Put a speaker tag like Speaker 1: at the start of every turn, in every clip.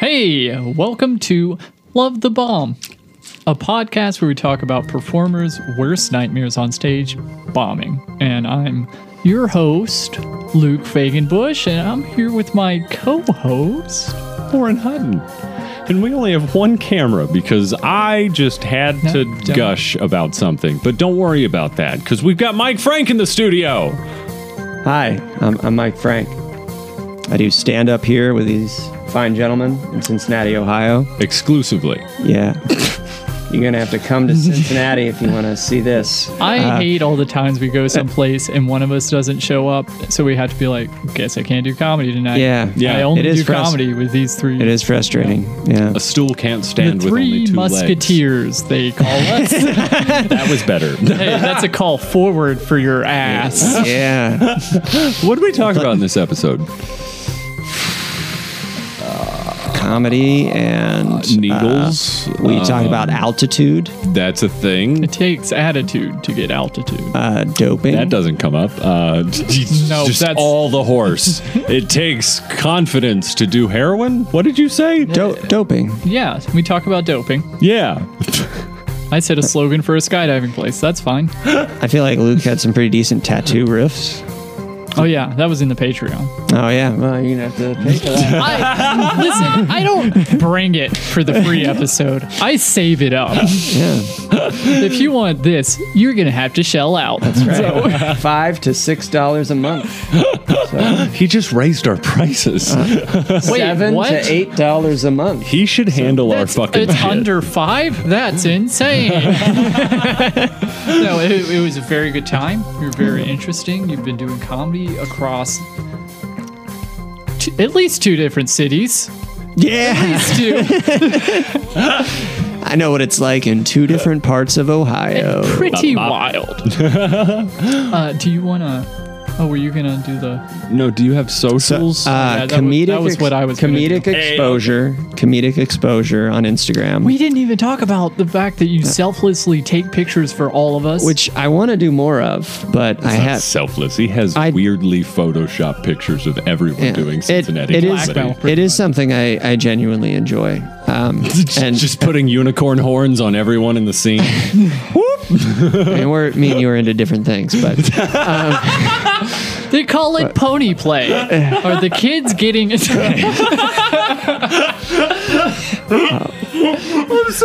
Speaker 1: Hey, welcome to Love the Bomb, a podcast where we talk about performers' worst nightmares on stage, bombing. And I'm your host, Luke Fagenbush, and I'm here with my co host.
Speaker 2: Lauren Hutton. And we only have one camera because I just had to
Speaker 1: don't.
Speaker 2: gush about something. But don't worry about that because we've got Mike Frank in the studio.
Speaker 3: Hi, I'm, I'm Mike Frank. I do stand up here with these fine gentlemen in Cincinnati, Ohio.
Speaker 2: Exclusively.
Speaker 3: Yeah. You're going to have to come to Cincinnati if you want to see this.
Speaker 1: I hate all the times we
Speaker 3: uh,
Speaker 1: go someplace and one of us doesn't show up, so we have to be like, guess I can't do comedy tonight.
Speaker 3: Yeah.
Speaker 2: Yeah.
Speaker 1: I only
Speaker 3: It is
Speaker 1: do
Speaker 3: frust-
Speaker 1: comedy with these three.
Speaker 3: It is frustrating. Yeah.
Speaker 2: A stool can't
Speaker 1: The
Speaker 2: stand with only
Speaker 1: three
Speaker 2: two legs.
Speaker 1: musketeers, they call us. hey,
Speaker 2: That was better.
Speaker 1: that's a call forward for your ass.
Speaker 3: Yeah.
Speaker 2: what did we talk about in this episode?
Speaker 3: Comedy and.
Speaker 2: Needles.
Speaker 3: uh, we talked
Speaker 2: Uh,
Speaker 3: about altitude,
Speaker 2: That's a thing.
Speaker 1: It takes attitude to get altitude.
Speaker 3: uh, doping.
Speaker 2: That doesn't come up. Uh,
Speaker 1: No,
Speaker 2: just
Speaker 1: that's-
Speaker 2: all the horse. it takes confidence to do heroin. What did you say?
Speaker 3: Do- doping.
Speaker 1: yeah, we talk about doping.
Speaker 2: yeah.
Speaker 1: I said a slogan for a skydiving place. That's fine.
Speaker 3: I feel like Luke had some pretty decent tattoo riffs.
Speaker 1: Oh yeah, that was in the Patreon.
Speaker 3: Oh, yeah. Well, you're going to have to pay for that.
Speaker 1: I, listen, I don't bring it for the free episode. I save it up.
Speaker 3: Yeah.
Speaker 1: If you want this, you're gonna have to shell out.
Speaker 3: Right. Five to six dollars a month.
Speaker 2: He just raised our prices.
Speaker 1: Wait,
Speaker 3: Seven
Speaker 1: what?
Speaker 3: to eight dollars a month.
Speaker 2: He should handle
Speaker 1: That's,
Speaker 2: our fucking
Speaker 1: it's
Speaker 2: shit.
Speaker 1: under five. That's insane. no, it, it was a very good time. You're very interesting. You've been doing comedy across t- at least two different cities.
Speaker 3: Yeah.
Speaker 1: These two.
Speaker 3: I know what it's like in two different parts of Ohio.
Speaker 1: pretty wild. uh, do you want to? Oh, were you gonna do the?
Speaker 2: No, do you have socials?
Speaker 3: Uh,
Speaker 1: Yeah, that was-
Speaker 3: comedic
Speaker 1: that was
Speaker 3: ex-
Speaker 1: what I was gonna
Speaker 3: comedic
Speaker 1: do.
Speaker 3: exposure. Comedic exposure on Instagram.
Speaker 1: We didn't even talk about the fact that you selflessly take pictures for all of us.
Speaker 3: which I want to do more of, but I
Speaker 2: That's
Speaker 3: have
Speaker 2: uh, selfless. He has
Speaker 3: I-
Speaker 2: weirdly Photoshop pictures of everyone
Speaker 3: yeah.
Speaker 2: doing
Speaker 3: It-
Speaker 2: Cincinnati
Speaker 3: it is
Speaker 2: comedy.
Speaker 1: Blackmail.
Speaker 3: it is something I, I genuinely enjoy. Um, and
Speaker 2: just putting unicorn horns on everyone in the scene.
Speaker 3: I mean, we're, me and you are into different things, but
Speaker 1: they call it pony play. Are the kids getting?
Speaker 2: I'm so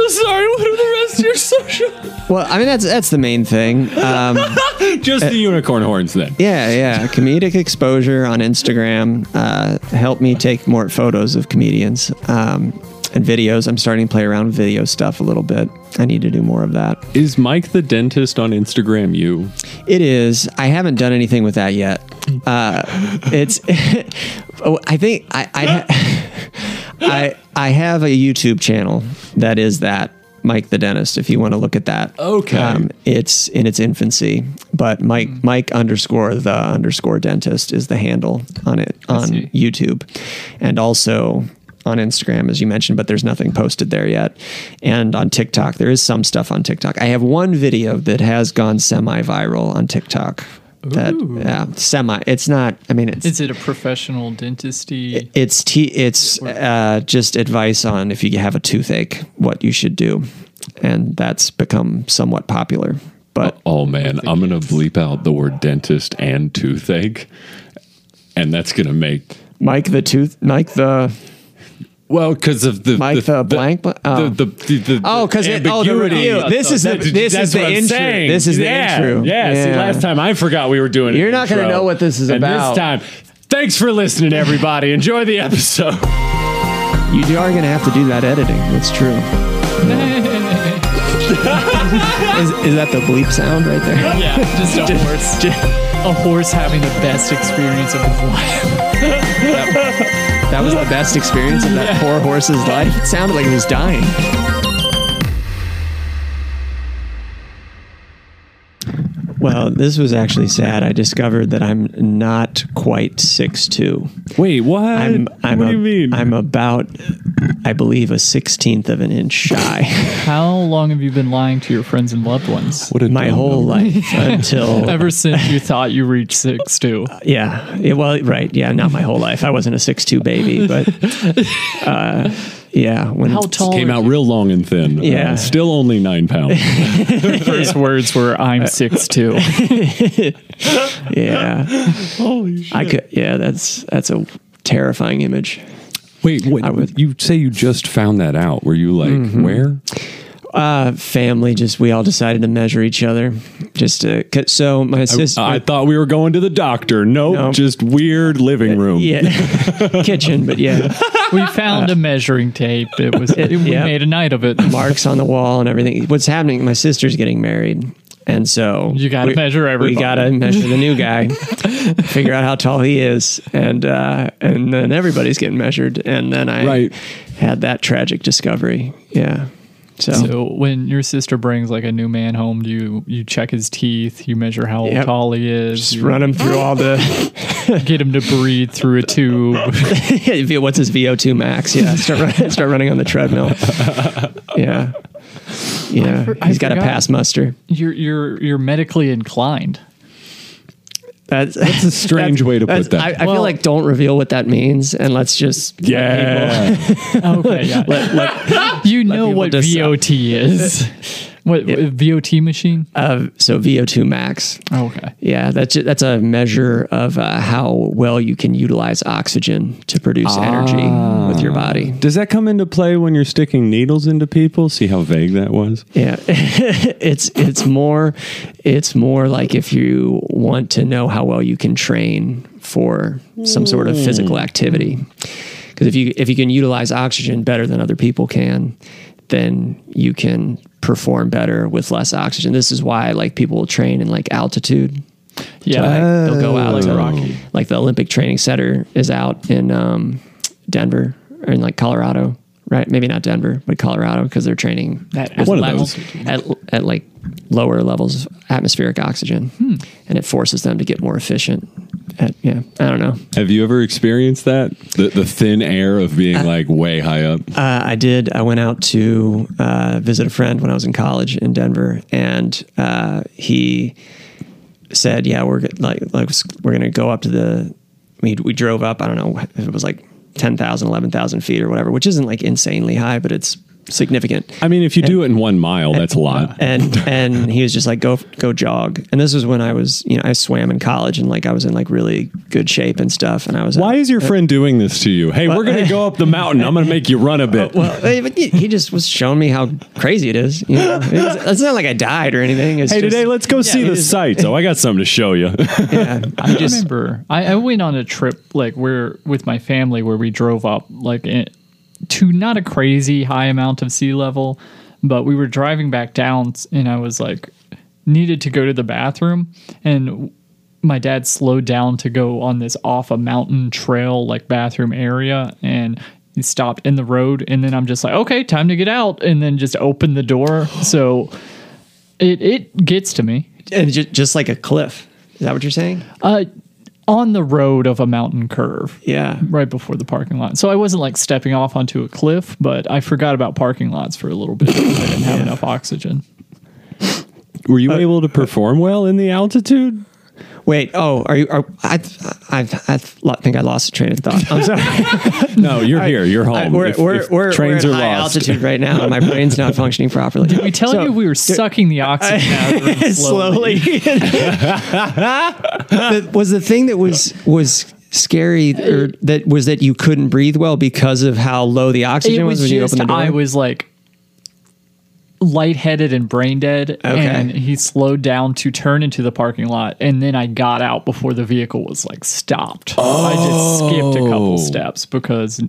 Speaker 2: sorry. What are the rest of your social?
Speaker 3: well, I mean that's that's the main thing. Um,
Speaker 2: Just the
Speaker 3: Uh,
Speaker 2: unicorn horns then.
Speaker 3: Yeah, yeah. Comedic exposure on Instagram uh, helped me take more photos of comedians um, and videos. I'm starting to play around with video stuff a little bit. I need to do more of that.
Speaker 2: Is Mike the dentist on Instagram? You?
Speaker 3: It is. I haven't done anything with that yet. Uh, it's. oh, I think I I, ha- I I have a YouTube channel that is that Mike the Dentist. If you want to look at that, Um,
Speaker 2: Okay.
Speaker 3: it's in its infancy, but Mike Mike underscore the underscore dentist is the handle on it on
Speaker 1: see.
Speaker 3: YouTube, and also. On Instagram, as you mentioned, but there's nothing posted there yet. And on TikTok, there is some stuff on TikTok. I have one video that has gone semi-viral on TikTok. That yeah, semi. It's not. I mean, it's
Speaker 1: Is it a professional dentisty?
Speaker 3: it's t- it's uh, just advice on if you have a toothache, what you should do, and that's become somewhat popular. But
Speaker 2: Oh man, I'm gonna bleep out the word dentist and toothache, and that's gonna make
Speaker 3: Mike the tooth, Mike the
Speaker 2: well because of the
Speaker 3: Mike the, blank. bl- oh.
Speaker 2: the, the, the, the
Speaker 3: Oh, because oh, the
Speaker 2: ambiguity.
Speaker 3: review. This is the,
Speaker 2: That-
Speaker 3: this
Speaker 2: that's
Speaker 3: is the
Speaker 2: what I'm
Speaker 3: intro.
Speaker 2: saying.
Speaker 3: This is the
Speaker 2: yeah.
Speaker 3: intro.
Speaker 2: Yeah. See, last time I forgot we were doing it.
Speaker 3: You're not gonna know what this is about.
Speaker 2: this time, thanks for listening, everybody. Enjoy the episode.
Speaker 3: you are going to have to do that editing. That's true. Is, is that the bleep sound right there?
Speaker 1: yeah, just a horse. A horse having the best experience of his life.
Speaker 3: That was the best experience of that poor horse's life. It sounded like he was dying. Well, this was actually sad. I discovered that I'm not quite six two.
Speaker 2: Wait, what?
Speaker 3: I'm, I'm
Speaker 2: what
Speaker 3: a-
Speaker 2: do you mean?
Speaker 3: I'm about, I believe, a sixteenth of an inch shy
Speaker 1: How long have you been lying to your friends and loved ones?
Speaker 2: what a
Speaker 3: my
Speaker 2: dumb
Speaker 3: whole
Speaker 2: number.
Speaker 3: life until
Speaker 1: Ever since you thought you reached six two.
Speaker 3: yeah, yeah, well, right, yeah, not my whole life. I wasn't a six two baby, but uh, yeah, when
Speaker 1: How tall?
Speaker 2: Came
Speaker 1: are
Speaker 2: out
Speaker 1: you?
Speaker 2: real long and thin. Uh,
Speaker 3: Yeah.
Speaker 2: still only nine pounds.
Speaker 1: First words were "I'm six two.
Speaker 3: yeah,
Speaker 2: Holy shit.
Speaker 3: I could yeah, that's that's a terrifying image.
Speaker 2: Wait, wait.
Speaker 3: I Mm-hmm. would-
Speaker 2: you say you just found that out. Were you like, where?
Speaker 3: Uh, family, just we all decided to measure each other, just to. 'cause- So my sister,
Speaker 2: I thought we were going to the doctor. Nope,
Speaker 3: No.
Speaker 2: just weird living room.
Speaker 3: yeah, kitchen, but yeah,
Speaker 1: We found a measuring tape. It was it, we
Speaker 3: yeah.
Speaker 1: made a night of it.
Speaker 3: marks on the wall and everything. What's happening? My sister's getting married, and so
Speaker 1: You gotta
Speaker 3: we-
Speaker 1: measure everybody.
Speaker 3: We gotta measure the new guy, figure out how tall he is, and uh, and then everybody's getting measured, and then I
Speaker 2: Right.
Speaker 3: had that tragic discovery. Yeah, so.
Speaker 1: So when your sister brings like a new man home, do you you check his teeth, you measure how
Speaker 3: Yep.
Speaker 1: tall he is,
Speaker 3: just
Speaker 1: you
Speaker 3: run him through all the
Speaker 1: get him to breathe through a tube.
Speaker 3: what's his VO2 max? Yeah, start run, start running on the treadmill. Yeah, yeah,
Speaker 1: for- I
Speaker 3: he's got to
Speaker 1: forgot.
Speaker 3: pass muster.
Speaker 1: You're you're you're medically inclined.
Speaker 3: That's that's
Speaker 2: a strange way to put
Speaker 3: that's-
Speaker 2: that.
Speaker 3: I, I
Speaker 1: Well-
Speaker 3: feel like don't reveal what that means, and let's just let
Speaker 2: Yeah.
Speaker 1: Oh, Okay, yeah.
Speaker 3: people- let-
Speaker 1: you know
Speaker 3: people
Speaker 1: what
Speaker 3: decide.
Speaker 1: VOT is. What VOT machine? Oh,
Speaker 3: uh, so VO2 max.
Speaker 1: Okay.
Speaker 3: Yeah, that's ju- that's a measure of uh, how well you can utilize oxygen to produce energy with your body.
Speaker 2: Does that come into play when you're sticking needles into people? See how vague that was?
Speaker 3: Yeah, it's it's more it's more like if you want to know how well you can train for some sort of physical activity. Because if you if you can utilize oxygen better than other people can, then you can perform better with less oxygen. This is why like people will train in like altitude.
Speaker 1: Yeah.
Speaker 3: Like, they'll go out
Speaker 1: Like
Speaker 3: to
Speaker 1: Rocky.
Speaker 3: Like the Olympic Training Center is out in um, Denver or in like Colorado, right? Maybe not Denver, but Colorado because they're training
Speaker 1: That
Speaker 3: with
Speaker 2: One of
Speaker 3: levels- at, at like lower levels of atmospheric oxygen,
Speaker 2: Hmm.
Speaker 3: and it forces them to get more efficient. At yeah, I don't know.
Speaker 2: Have you ever experienced that? The, the thin air of being like way high up?
Speaker 3: Uh, I did. I went out to uh, visit a friend when I was in college in Denver, and uh, he said, "Yeah, we're go- like like we're gonna go up to the." We we drove up. I don't know. It was like 10,000, 11,000 feet or whatever, which isn't like insanely high, but it's significant.
Speaker 2: I mean, if you do it in one mile, that's a lot.
Speaker 3: and and he was just like go go jog and this was when i was you know i swam in college and like i was in like really good shape and stuff and i was
Speaker 2: Why is your friend doing this to you? Hey, we're going to go up the mountain. I'm going to make you run a bit.
Speaker 3: Uh, well eh, but he he just was showing me how crazy it is you know It was- it's not like i died or anything it's
Speaker 2: Hey,
Speaker 3: just,
Speaker 2: today, let's go see the sights. Oh, I got something to show you.
Speaker 3: yeah,
Speaker 1: I remember I, I went on a trip like where with my family where we drove up like in, to not a crazy high amount of sea level, but we were driving back down s- and I was like needed to go to the bathroom and my dad slowed down to go on this off a mountain trail like bathroom area and he stopped in the road and then I'm just like okay time to get out and then just open the door so it it gets to me
Speaker 3: and just, just like a cliff is that what you're saying
Speaker 1: uh, on the road of a mountain curve
Speaker 3: yeah
Speaker 1: right before the parking lot. So I wasn't like stepping off onto a cliff, but I forgot about parking lots for a little bit. I didn't have enough oxygen.
Speaker 2: Were you able to perform well in the altitude?
Speaker 3: wait oh are you are i i i lo- think i lost the train of thought i'm sorry
Speaker 2: No, you're here. You're home.
Speaker 3: I- we're
Speaker 2: If-
Speaker 3: we're,
Speaker 2: if
Speaker 3: we're,
Speaker 2: trains
Speaker 3: we're
Speaker 2: are
Speaker 3: at high
Speaker 2: lost.
Speaker 3: altitude right now and my brain's not functioning properly
Speaker 1: We tell you we were sucking the oxygen out of the room slowly.
Speaker 3: slowly. But was the thing that was was scary or that was that you couldn't breathe well because of how low the
Speaker 1: It
Speaker 3: oxygen was,
Speaker 1: was
Speaker 3: when you
Speaker 1: just
Speaker 3: opened the door.
Speaker 1: I was like lightheaded and brain dead and he slowed down to turn into the parking lot and then I got out before the vehicle was like stopped. I just skipped a
Speaker 3: Oh.
Speaker 1: couple steps because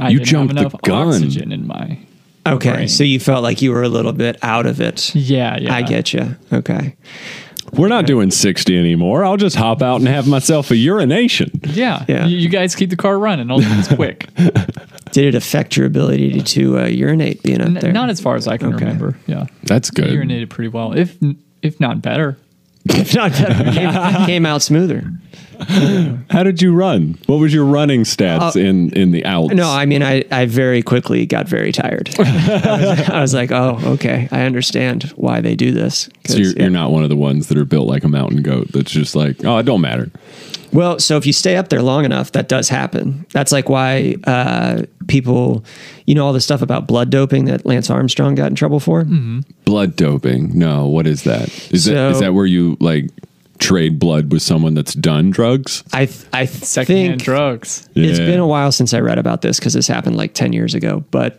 Speaker 1: I
Speaker 2: You
Speaker 1: didn't
Speaker 2: jumped the
Speaker 1: have enough
Speaker 2: gun.
Speaker 1: oxygen in my
Speaker 3: okay,
Speaker 1: brain.
Speaker 3: so you felt like you were a little bit out of it.
Speaker 1: Yeah, yeah.
Speaker 3: I get you. Okay.
Speaker 2: We're not doing 60 anymore. I'll just hop out and have myself a urination.
Speaker 1: Yeah.
Speaker 3: Yeah.
Speaker 1: You, you guys keep the car running. I'll it's quick.
Speaker 3: Did it affect your ability to uh, urinate being up
Speaker 1: N-
Speaker 3: there?
Speaker 1: Not as far as I can remember. Yeah.
Speaker 2: That's good.
Speaker 1: Urinated pretty well, if if not better.
Speaker 3: if not better, came, came out smoother.
Speaker 2: How did you run? What was your running stats in in the outs?
Speaker 3: No, I mean, I, I very quickly got very tired. I, was, I was like, oh, okay, I understand why they do this. 'Cause,
Speaker 2: so you're,
Speaker 3: yeah.
Speaker 2: you're not one of the ones that are built like a mountain goat. That's just like, oh, it don't matter.
Speaker 3: Well, so if you stay up there long enough, that does happen. That's like why uh, people, you know, all the stuff about blood doping that Lance Armstrong got in trouble for.
Speaker 2: Blood doping? No, what is that? Is that is
Speaker 3: So-
Speaker 2: that where you like trade blood with someone that's done drugs?
Speaker 3: I th- I th-
Speaker 1: Secondhand
Speaker 3: think
Speaker 1: drugs.
Speaker 3: It's
Speaker 2: Yeah.
Speaker 3: been a while since I read about this because this happened like 10 years ago. But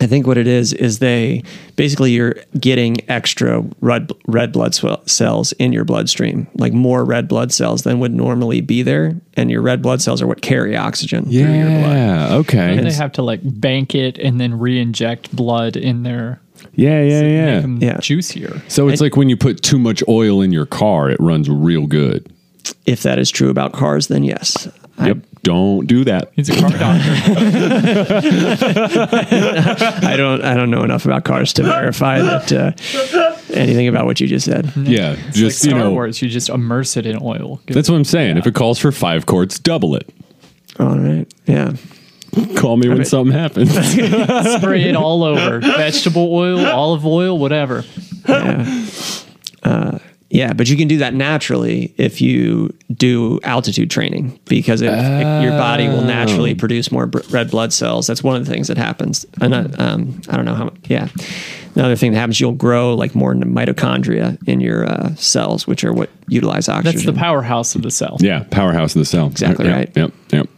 Speaker 3: I think what it is is they basically you're getting extra red, red blood swell- cells in your bloodstream, like more red blood cells than would normally be there. And your red blood cells are what carry oxygen through your blood.
Speaker 2: Yeah. Okay.
Speaker 1: They have to like bank it and then re-inject blood in there,
Speaker 2: Yeah, yeah,
Speaker 1: make
Speaker 2: yeah.
Speaker 1: them
Speaker 3: Yeah.
Speaker 1: juicier.
Speaker 2: So it's like when you put too much oil in your car, it runs real good.
Speaker 3: If that is true about cars, then yes.
Speaker 2: Yep. Don't do that.
Speaker 1: He's a car doctor.
Speaker 3: I don't I don't know enough about cars to verify that uh, anything about what you just said.
Speaker 2: Yeah.
Speaker 1: like
Speaker 2: Just
Speaker 1: Star
Speaker 2: you know.
Speaker 1: Wars, you just immerse it in oil.
Speaker 2: That's what I'm saying. If it calls for five quarts, double it.
Speaker 3: All right. Yeah.
Speaker 2: Call me when something happens.
Speaker 1: spray it all over. Vegetable oil, olive oil, whatever.
Speaker 3: Yeah, but you can do that naturally if you do altitude training because it, it- your body will
Speaker 1: Oh.
Speaker 3: naturally produce more br- red blood cells. That's one of the things that happens. And uh, um, I don't know how. Yeah, another thing that happens, you'll grow like more mitochondria in your uh, cells, which are what utilize oxygen.
Speaker 1: That's the powerhouse of the cell.
Speaker 2: Yeah, powerhouse of the cell.
Speaker 3: Exactly
Speaker 2: Yep,
Speaker 3: right.
Speaker 2: Yep, yep.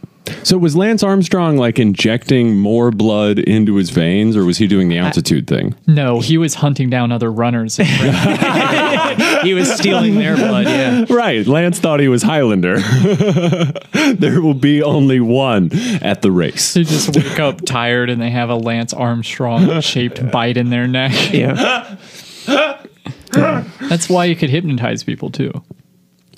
Speaker 2: So was Lance Armstrong like injecting more blood into his veins, or was he doing the altitude thing?
Speaker 1: No, he was hunting down other runners.
Speaker 3: he was stealing their blood. Yeah,
Speaker 2: Right, Lance thought he was Highlander. there will be only one at the race.
Speaker 1: They just wake up tired and they have a Lance Armstrong shaped bite in their neck.
Speaker 3: yeah.
Speaker 1: That's why you could hypnotize people too.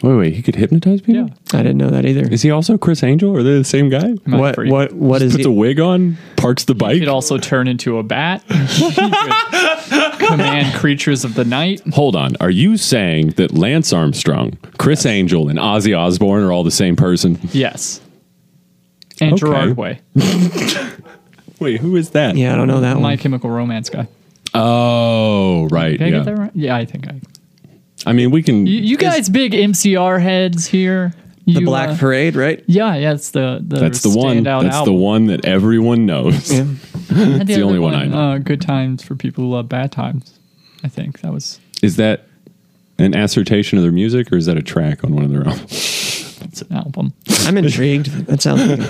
Speaker 2: Wait, wait, he could hypnotize people.
Speaker 1: Yeah.
Speaker 3: I didn't know that either.
Speaker 2: Is he also Chris Angel? Are they the same guy?
Speaker 1: Mind
Speaker 3: What
Speaker 1: freak.
Speaker 3: what what is
Speaker 2: Puts a
Speaker 3: he?
Speaker 2: wig on, parks the bike,
Speaker 1: He'd also turn into a bat. He could command creatures of the night.
Speaker 2: Hold on. Are you saying that Lance Armstrong, Chris Angel, and Ozzy Osbourne are all the same person?
Speaker 1: Yes. And
Speaker 2: Okay. Hmm.
Speaker 1: Gerard Way,
Speaker 2: Wait, who is that?
Speaker 3: Yeah, I don't know that
Speaker 1: My
Speaker 3: one.
Speaker 1: Chemical Romance guy.
Speaker 2: Oh, right.
Speaker 1: Did I
Speaker 2: yeah.
Speaker 1: get that right? Yeah, I think I.
Speaker 2: I mean, we can.
Speaker 1: You, you guys, big MCR heads here.
Speaker 3: The
Speaker 1: You,
Speaker 3: Black
Speaker 1: uh,
Speaker 3: Parade, right?
Speaker 1: Yeah, yeah, it's the, the
Speaker 2: that's the one.
Speaker 1: standout
Speaker 2: That's the
Speaker 1: album.
Speaker 2: one that everyone knows.
Speaker 3: Yeah.
Speaker 1: That's
Speaker 2: the only one I know.
Speaker 1: Uh, good times for people who love bad times. I think that was
Speaker 2: Is that an assertion of their music, or is that a track on one of their albums?
Speaker 1: it's an album.
Speaker 3: I'm intrigued. That sounds. Like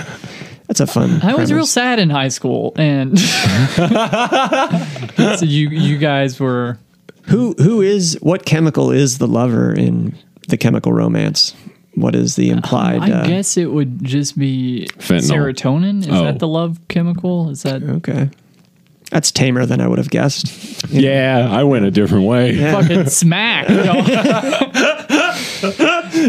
Speaker 3: that's a fun.
Speaker 1: I was real
Speaker 3: premise.
Speaker 1: sad in high school, and so you you guys were
Speaker 3: Who who is what chemical is the lover in the chemical romance? What is the implied?
Speaker 1: Um,
Speaker 3: uh,
Speaker 1: I guess it would just be
Speaker 2: Fentanyl.
Speaker 1: serotonin. Is
Speaker 2: Oh.
Speaker 1: that the love chemical? Is that
Speaker 3: Okay, that's tamer than I would have guessed.
Speaker 2: Yeah, I went a different way.
Speaker 1: fucking smack? No.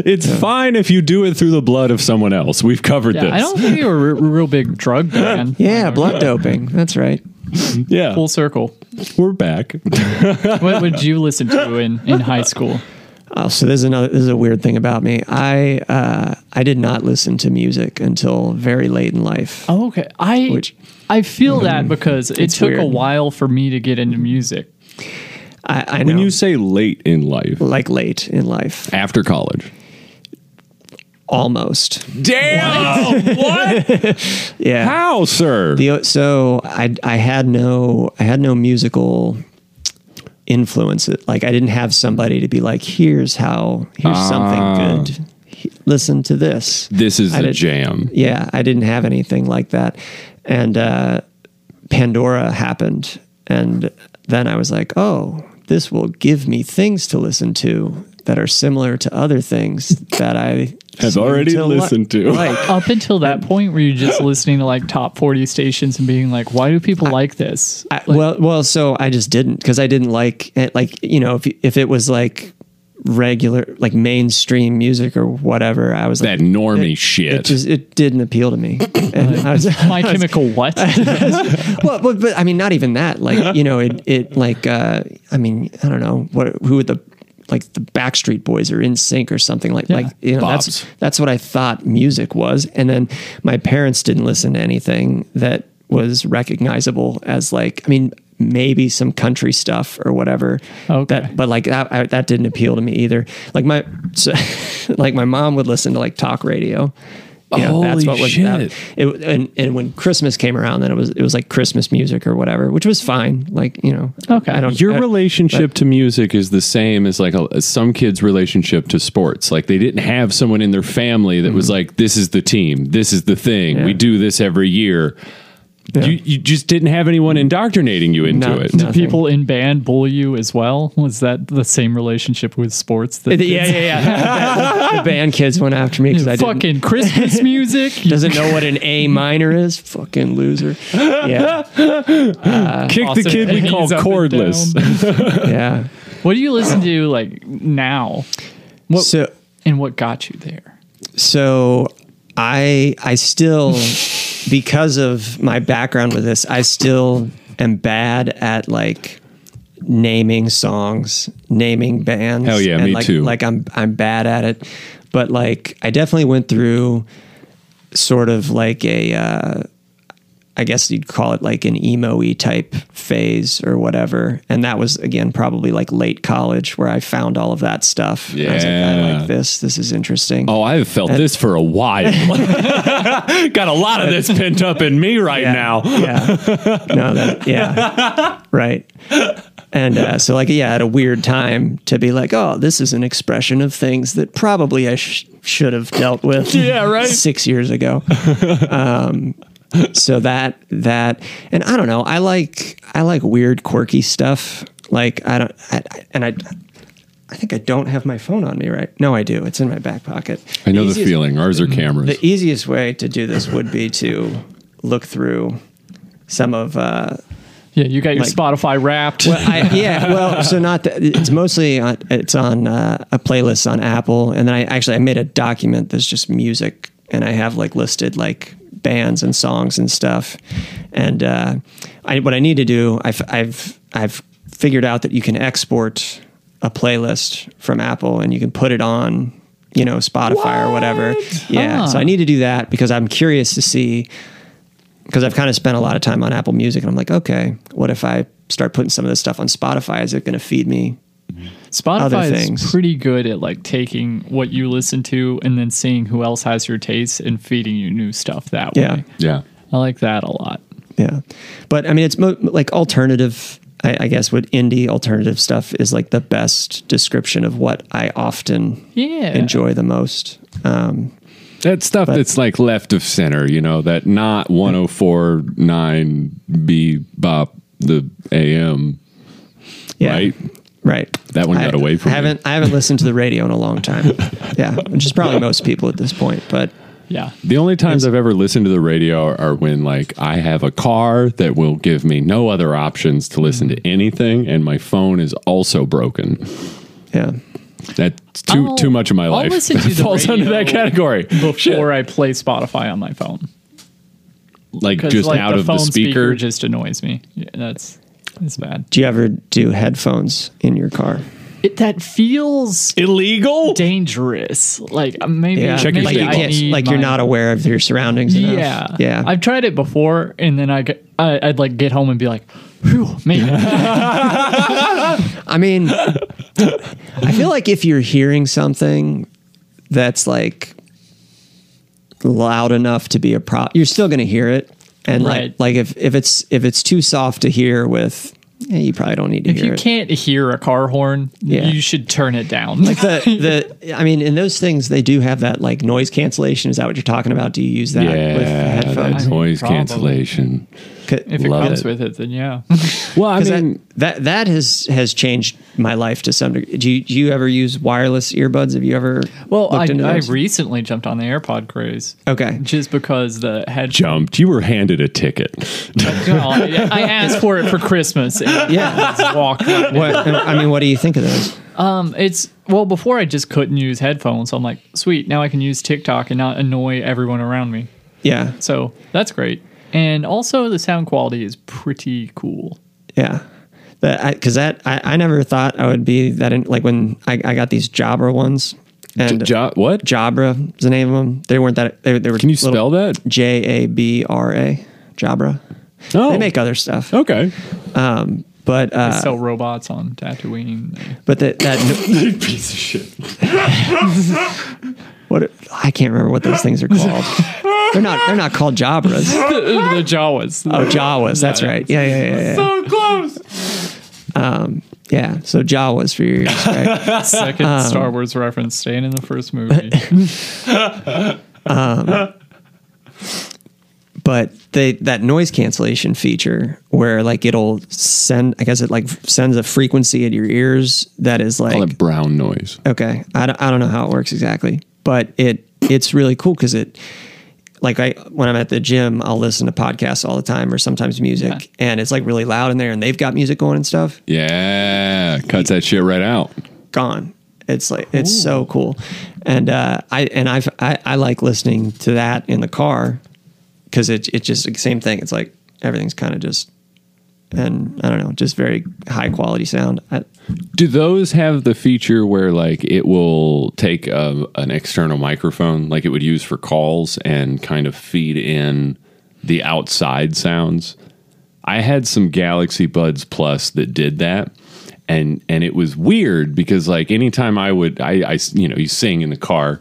Speaker 2: It's fine if you do it through the blood of someone else. We've covered
Speaker 1: Yeah,
Speaker 2: this.
Speaker 1: I don't think you were a re- real big drug fan.
Speaker 3: Yeah, blood doping. That's right.
Speaker 2: yeah,
Speaker 1: Full circle.
Speaker 2: we're back.
Speaker 1: What would you listen to in, in high school?
Speaker 3: Oh, so this is another. This is a weird thing about me. I uh, I did not listen to music until very late in life.
Speaker 1: Oh, okay. I
Speaker 3: Which-
Speaker 1: I feel that because it
Speaker 3: Mm-hmm. It's
Speaker 1: took a
Speaker 3: weird.
Speaker 1: while for me to get into music.
Speaker 3: I, I know.
Speaker 2: when you say late in life,
Speaker 3: like late in life,
Speaker 2: after college.
Speaker 3: almost.
Speaker 2: Damn! What?
Speaker 3: Yeah.
Speaker 2: How, sir?
Speaker 3: The so I I had no I had no musical influence. Like I didn't have somebody to be like, here's how here's
Speaker 2: Ah.
Speaker 3: something good. He- Listen to this.
Speaker 2: this is
Speaker 3: I
Speaker 2: the
Speaker 3: did-
Speaker 2: jam.
Speaker 3: Yeah, I didn't have anything like that, and uh, Pandora happened, and then I was like, oh, this will give me things to listen to that are similar to other things that I
Speaker 2: Have
Speaker 3: seem
Speaker 2: already
Speaker 3: to li-
Speaker 2: listened to.
Speaker 3: Like
Speaker 1: Up until that point, were you just listening to like top forty stations and being like, "Why do people like this?"
Speaker 3: I, well, well, so I just didn't because I didn't like it. Like you know, if if it was like regular, like mainstream music or whatever, I was
Speaker 2: That
Speaker 3: like,
Speaker 2: normie
Speaker 3: it
Speaker 2: shit.
Speaker 3: just it didn't appeal to me. And I was,
Speaker 1: My Chemical What?
Speaker 3: well, but, but I mean, not even that. Like you know, it it like uh, I mean, I don't know what who would the like the Backstreet Boys or In Sync or something like like you know
Speaker 2: Bob's.
Speaker 3: that's that's what I thought music was. And then my parents didn't listen to anything that was recognizable as like I mean maybe some country stuff or whatever.
Speaker 1: Okay.
Speaker 3: That but like that I, that didn't appeal to me either. Like my so, like my mom would listen to like talk radio. You know,
Speaker 2: Holy
Speaker 3: that-
Speaker 2: shit.
Speaker 3: it, and and when Christmas came around, then it was it was like Christmas music or whatever, which was fine. Like you know,
Speaker 1: Okay.
Speaker 3: I don't.
Speaker 2: Your
Speaker 3: I- uh,
Speaker 2: relationship to music is the same as like a, some kids' relationship to sports. Like they didn't have someone in their family that was like, "This is the team. This is the thing.
Speaker 3: Mm-hmm. Yeah.
Speaker 2: We do this every year." You you just didn't have anyone indoctrinating you into
Speaker 3: No,
Speaker 2: it.
Speaker 3: no. Nothing.
Speaker 1: People in band bully you as well. Was that the same relationship with sports? That
Speaker 3: yeah, yeah, yeah. the band kids went after me because I didn't,
Speaker 1: fucking Christmas music. You
Speaker 3: doesn't know what an A minor is. Fucking loser. Yeah,
Speaker 2: Kick the
Speaker 1: also-
Speaker 2: kid we
Speaker 1: he's
Speaker 2: call
Speaker 1: up and
Speaker 2: cordless.
Speaker 1: down.
Speaker 3: yeah.
Speaker 1: What do you listen to like now? What
Speaker 3: So
Speaker 1: and what got you there?
Speaker 3: so I I still because of my background with this, I still am bad at like naming songs, naming bands.
Speaker 2: Hell yeah,
Speaker 3: and
Speaker 2: me
Speaker 3: like,
Speaker 2: too.
Speaker 3: Like I'm I'm bad at it, but like I definitely went through sort of like a. Uh, I guess you'd call it like an emo-y type phase or whatever. And that was again probably like late college where I found all of that stuff. I was like, I
Speaker 2: Yeah.
Speaker 3: like this. This is interesting.
Speaker 2: Oh, I have felt this for a while. Got a lot of this pent up in me right
Speaker 3: Yeah.
Speaker 2: now.
Speaker 3: Yeah. No, that, yeah. right. And uh, so, like, yeah, at a weird time to be like, oh, this is an expression of things that probably I sh- should have dealt with.
Speaker 1: Yeah, right.
Speaker 3: Six years ago. Um, so that that, and I don't know. I like I like weird, quirky stuff. Like I don't, I, I- and I, I think I don't have my phone on me, right? No, I do. It's in my back pocket.
Speaker 2: I know the
Speaker 3: Easiest-
Speaker 2: feeling. Ours are cameras.
Speaker 3: the easiest way to do this would be to look through some of uh
Speaker 1: Yeah, you got your
Speaker 3: Like-
Speaker 1: Spotify Wrapped.
Speaker 3: well, I, yeah well so not that it's mostly on it's on uh, a playlist on apple and then i actually i made a document that's just music and i have like listed like bands and songs and stuff and uh I, what i need to do i've i've i've figured out that you can export a playlist from apple and you can put it on you know spotify or whatever yeah so
Speaker 1: Huh.
Speaker 3: i need to do that because i'm curious to see because I've kind of spent a lot of time on Apple Music, and I'm like, okay, what if I start putting some of this stuff on Spotify? Is it going to feed me? other
Speaker 1: Spotify is
Speaker 3: things.
Speaker 1: pretty good at like taking what you listen to and then seeing who else has your taste and feeding you new stuff that
Speaker 3: Yeah,
Speaker 1: way.
Speaker 2: yeah.
Speaker 1: I like that a lot.
Speaker 3: yeah. But I mean, it's mo- like alternative. I, I guess what indie alternative stuff is like the best description of what I often
Speaker 1: Yeah.
Speaker 3: enjoy the most. Um,
Speaker 2: That stuff that's like left of center, you know, that not 1049 B bop the AM,
Speaker 3: yeah,
Speaker 2: right?
Speaker 3: right.
Speaker 2: That one got
Speaker 3: I,
Speaker 2: away from
Speaker 3: I haven't I haven't listened to the radio in a long time. yeah, which is probably most people at this point. But
Speaker 1: Yeah.
Speaker 2: me. The only times I've ever listened to the radio are, are when like I have a car that will give me no other options to listen
Speaker 1: Mm.
Speaker 2: to anything and my phone is also broken.
Speaker 3: yeah,
Speaker 2: That's too
Speaker 1: I'll-
Speaker 2: too much of my
Speaker 1: Oh, I'll
Speaker 2: life.
Speaker 1: listen to the
Speaker 2: falls under that
Speaker 1: radio
Speaker 2: category.
Speaker 1: Before I play Spotify on my phone.
Speaker 2: like
Speaker 1: Because
Speaker 2: just
Speaker 1: like
Speaker 2: out
Speaker 1: the
Speaker 2: of
Speaker 1: phone
Speaker 2: the speaker.
Speaker 1: just annoys me. Yeah, that's that's bad.
Speaker 3: do you ever do headphones in your car?
Speaker 1: It that feels
Speaker 2: illegal?
Speaker 1: dangerous. Like uh, maybe
Speaker 3: Yeah,
Speaker 2: Check your
Speaker 1: maybe
Speaker 3: like, you
Speaker 1: I
Speaker 3: can't-
Speaker 1: need
Speaker 3: like you're
Speaker 1: my-
Speaker 3: not aware of your surroundings. enough.
Speaker 1: Yeah,
Speaker 3: yeah.
Speaker 1: I've tried it before, and then I get, I, I'd like get home and be like, "Whew, man,
Speaker 3: I mean, I feel like if you're hearing something that's like loud enough to be a problem, you're still going to hear it. And
Speaker 1: Right.
Speaker 3: like, like if, if it's if it's too soft to hear with, eh, you probably don't need to
Speaker 1: if
Speaker 3: hear
Speaker 1: you
Speaker 3: it.
Speaker 1: can't hear a car horn,
Speaker 3: Yeah.
Speaker 1: you should turn it down." Like
Speaker 3: the the I mean, in those things, they do have that like noise cancellation. Is that what you're talking about? Do you use that with
Speaker 2: Yeah, that
Speaker 3: headphones?
Speaker 2: noise
Speaker 1: Probably.
Speaker 2: cancellation.
Speaker 1: if it
Speaker 2: Love
Speaker 1: comes
Speaker 2: it.
Speaker 1: with it, then yeah.
Speaker 2: Well, I
Speaker 3: Because
Speaker 2: mean,
Speaker 3: that, that that has has changed my life to some degree. Do you, do you ever use wireless earbuds? Have you ever
Speaker 1: well, I,
Speaker 3: looked into Oh.
Speaker 1: I
Speaker 3: those?
Speaker 1: recently jumped on the AirPod craze.
Speaker 3: Okay.
Speaker 1: just because the head.
Speaker 2: jumped. You were handed a ticket.
Speaker 1: No, I I asked for it for Christmas. And
Speaker 3: yeah.
Speaker 1: it's walked right
Speaker 3: What I mean, what do you think of those?
Speaker 1: Um, it's well before I just couldn't use headphones. So I'm like, sweet, now I can use TikTok and not annoy everyone around me.
Speaker 3: Yeah,
Speaker 1: So that's great. And also the sound quality is pretty cool.
Speaker 3: yeah. that because that I, I never thought I would be that in like when I, I got these Jabra ones and
Speaker 2: Jo- what?
Speaker 3: Jabra is the name of them. They weren't that they, they were.
Speaker 2: Can you spell that?
Speaker 3: J A B R A Jabra.
Speaker 2: Oh.
Speaker 3: They make other stuff,
Speaker 2: Okay.
Speaker 3: but uh,
Speaker 1: Sell robots on Tatooine.
Speaker 3: but that that
Speaker 2: Piece of shit.
Speaker 3: what I can't remember what those things are called. they're not they're not called Jabras.
Speaker 1: the, the Jawas.
Speaker 3: Oh, Jawas. That's right. Yeah, yeah, yeah, yeah.
Speaker 1: so close.
Speaker 3: Yeah. So Jawas for your ears, right?
Speaker 1: Second Star Wars reference, staying in the first movie.
Speaker 3: but they that noise cancellation feature where like it'll send i guess it like sends a frequency in your ears that is
Speaker 2: Call
Speaker 3: like
Speaker 2: it brown noise.
Speaker 3: okay I don't, I don't know how it works exactly but it it's really cool because it like i when i'm at the gym i'll listen to podcasts all the time or sometimes music
Speaker 1: Yeah.
Speaker 3: and it's like really loud in there and they've got music going and stuff
Speaker 2: Yeah. Cuts that shit right out.
Speaker 3: gone. It's like it's so cool, and uh, I and I've, I I like listening to that in the car because it it's just the same thing. It's like everything's kind of just and I don't know, just very high quality sound. I,
Speaker 2: Do those have the feature where like it will take a, an external microphone, like it would use for calls, and kind of feed in the outside sounds? I had some Galaxy Buds Plus that did that. And, and it was weird because like anytime I would I, I s- you know you sing in the car,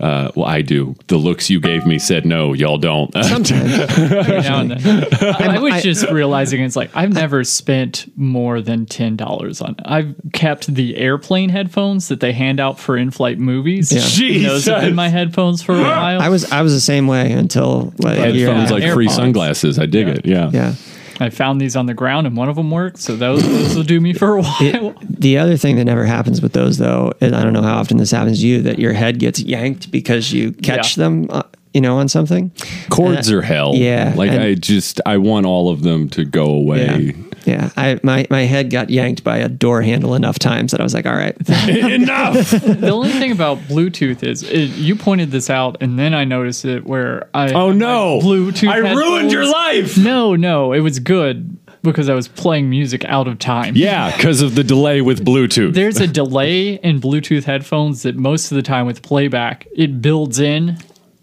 Speaker 2: uh, well I do. The looks you gave me said no, y'all don't.
Speaker 3: sometimes
Speaker 1: every now and then. I, I was just realizing it's like I've never spent more than ten dollars on. I've kept the airplane headphones that they hand out for in-flight movies.
Speaker 2: Yeah.
Speaker 1: And Those have been
Speaker 2: Jesus.
Speaker 1: my headphones for a while.
Speaker 3: I was I was the same way until like a year
Speaker 2: Headphones
Speaker 3: after.
Speaker 2: like free
Speaker 1: AirPods.
Speaker 2: sunglasses. I dig it. Yeah.
Speaker 3: yeah.
Speaker 1: I found these on the ground, and one of them worked, so those those will do me for a while.
Speaker 3: The other thing that never happens with those though, and I don't know how often this happens to you, that your head gets yanked because you catch
Speaker 1: Yeah.
Speaker 3: them, uh, you know, on something.
Speaker 2: Chords
Speaker 3: And-
Speaker 2: are hell.
Speaker 3: yeah,
Speaker 2: Like
Speaker 3: and-
Speaker 2: I just I want all of them to go away.
Speaker 3: Yeah, I my my head got yanked by a door handle enough times that I was like, all right,
Speaker 2: Enough.
Speaker 1: the only thing about Bluetooth is it, you pointed this out, and then I noticed it where I
Speaker 2: Oh no.
Speaker 1: Bluetooth
Speaker 2: I ruined your
Speaker 1: headphones.
Speaker 2: life.
Speaker 1: no no it was good because I was playing music out of time.
Speaker 2: Yeah, because of the delay with Bluetooth.
Speaker 1: there's a delay in Bluetooth headphones that most of the time with playback, it builds in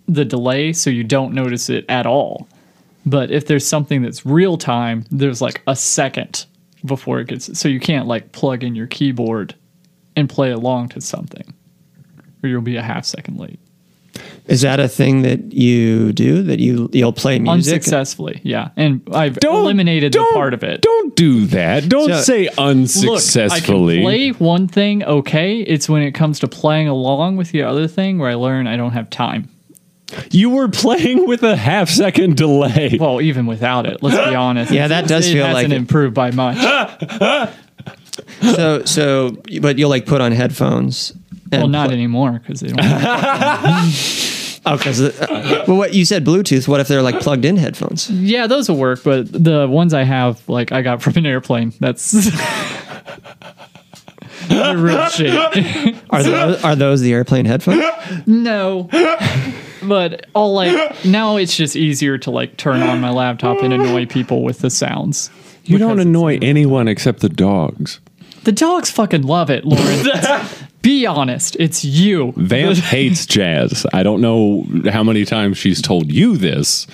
Speaker 1: the delay so you don't notice it at all. But if there's something that's real time, there's like a second before it gets so you can't like plug in your keyboard and play along to something. Or you'll be a half second late.
Speaker 3: is that a thing that you do that you you'll play music?
Speaker 1: Unsuccessfully, yeah. And I've
Speaker 2: Don't-
Speaker 1: eliminated the
Speaker 2: don't-
Speaker 1: part of it.
Speaker 2: Don't do that. Don't
Speaker 3: So-
Speaker 2: say
Speaker 1: Look, I
Speaker 2: unsuccessfully.
Speaker 1: can play one thing okay. It's when it comes to playing along with the other thing where I learn I don't have time.
Speaker 2: you were playing with a half second delay.
Speaker 1: Well, even without it, let's be honest.
Speaker 3: Yeah, that does
Speaker 1: it
Speaker 3: feel
Speaker 1: hasn't
Speaker 3: like it.
Speaker 1: improved by much.
Speaker 3: So so, but you'll like put on headphones. And
Speaker 1: Well, not
Speaker 3: pl-
Speaker 1: anymore because they don't.
Speaker 3: okay. So, uh, well, what you said Bluetooth. What if they're like plugged in headphones?
Speaker 1: yeah, those will work, but the ones I have, like I got from an airplane, that's They're real shit.
Speaker 3: Are those, are those the airplane headphones?
Speaker 1: No, but I'll like now it's just easier to like turn on my laptop and annoy people with the sounds.
Speaker 2: you don't annoy anyone except the dogs.
Speaker 1: The dogs fucking love it, Lauren. be honest, it's you.
Speaker 2: Vamp hates jazz. I don't know how many times she's told you this.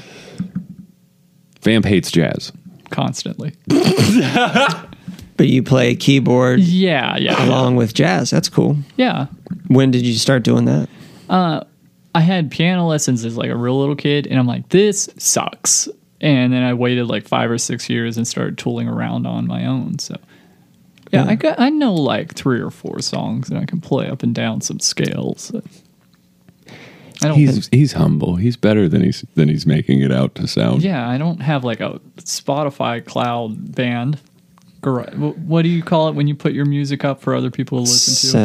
Speaker 2: Vamp hates jazz.
Speaker 1: Constantly.
Speaker 3: But you play keyboard
Speaker 1: Yeah, yeah,
Speaker 3: along with jazz. That's cool.
Speaker 1: yeah.
Speaker 3: When did you start doing that?
Speaker 1: I had piano lessons as like a real little kid, and I'm like, this sucks. And then I waited like five or six years and started tooling around on my own. So, yeah, I got I know like three or four songs, and I can play up and down some scales. I don't.
Speaker 2: He's he's humble. He's better than he's than he's making it out to sound.
Speaker 1: yeah, I don't have like a Spotify cloud band. Gar- wh- What do you call it when you put your music up for other people to listen to?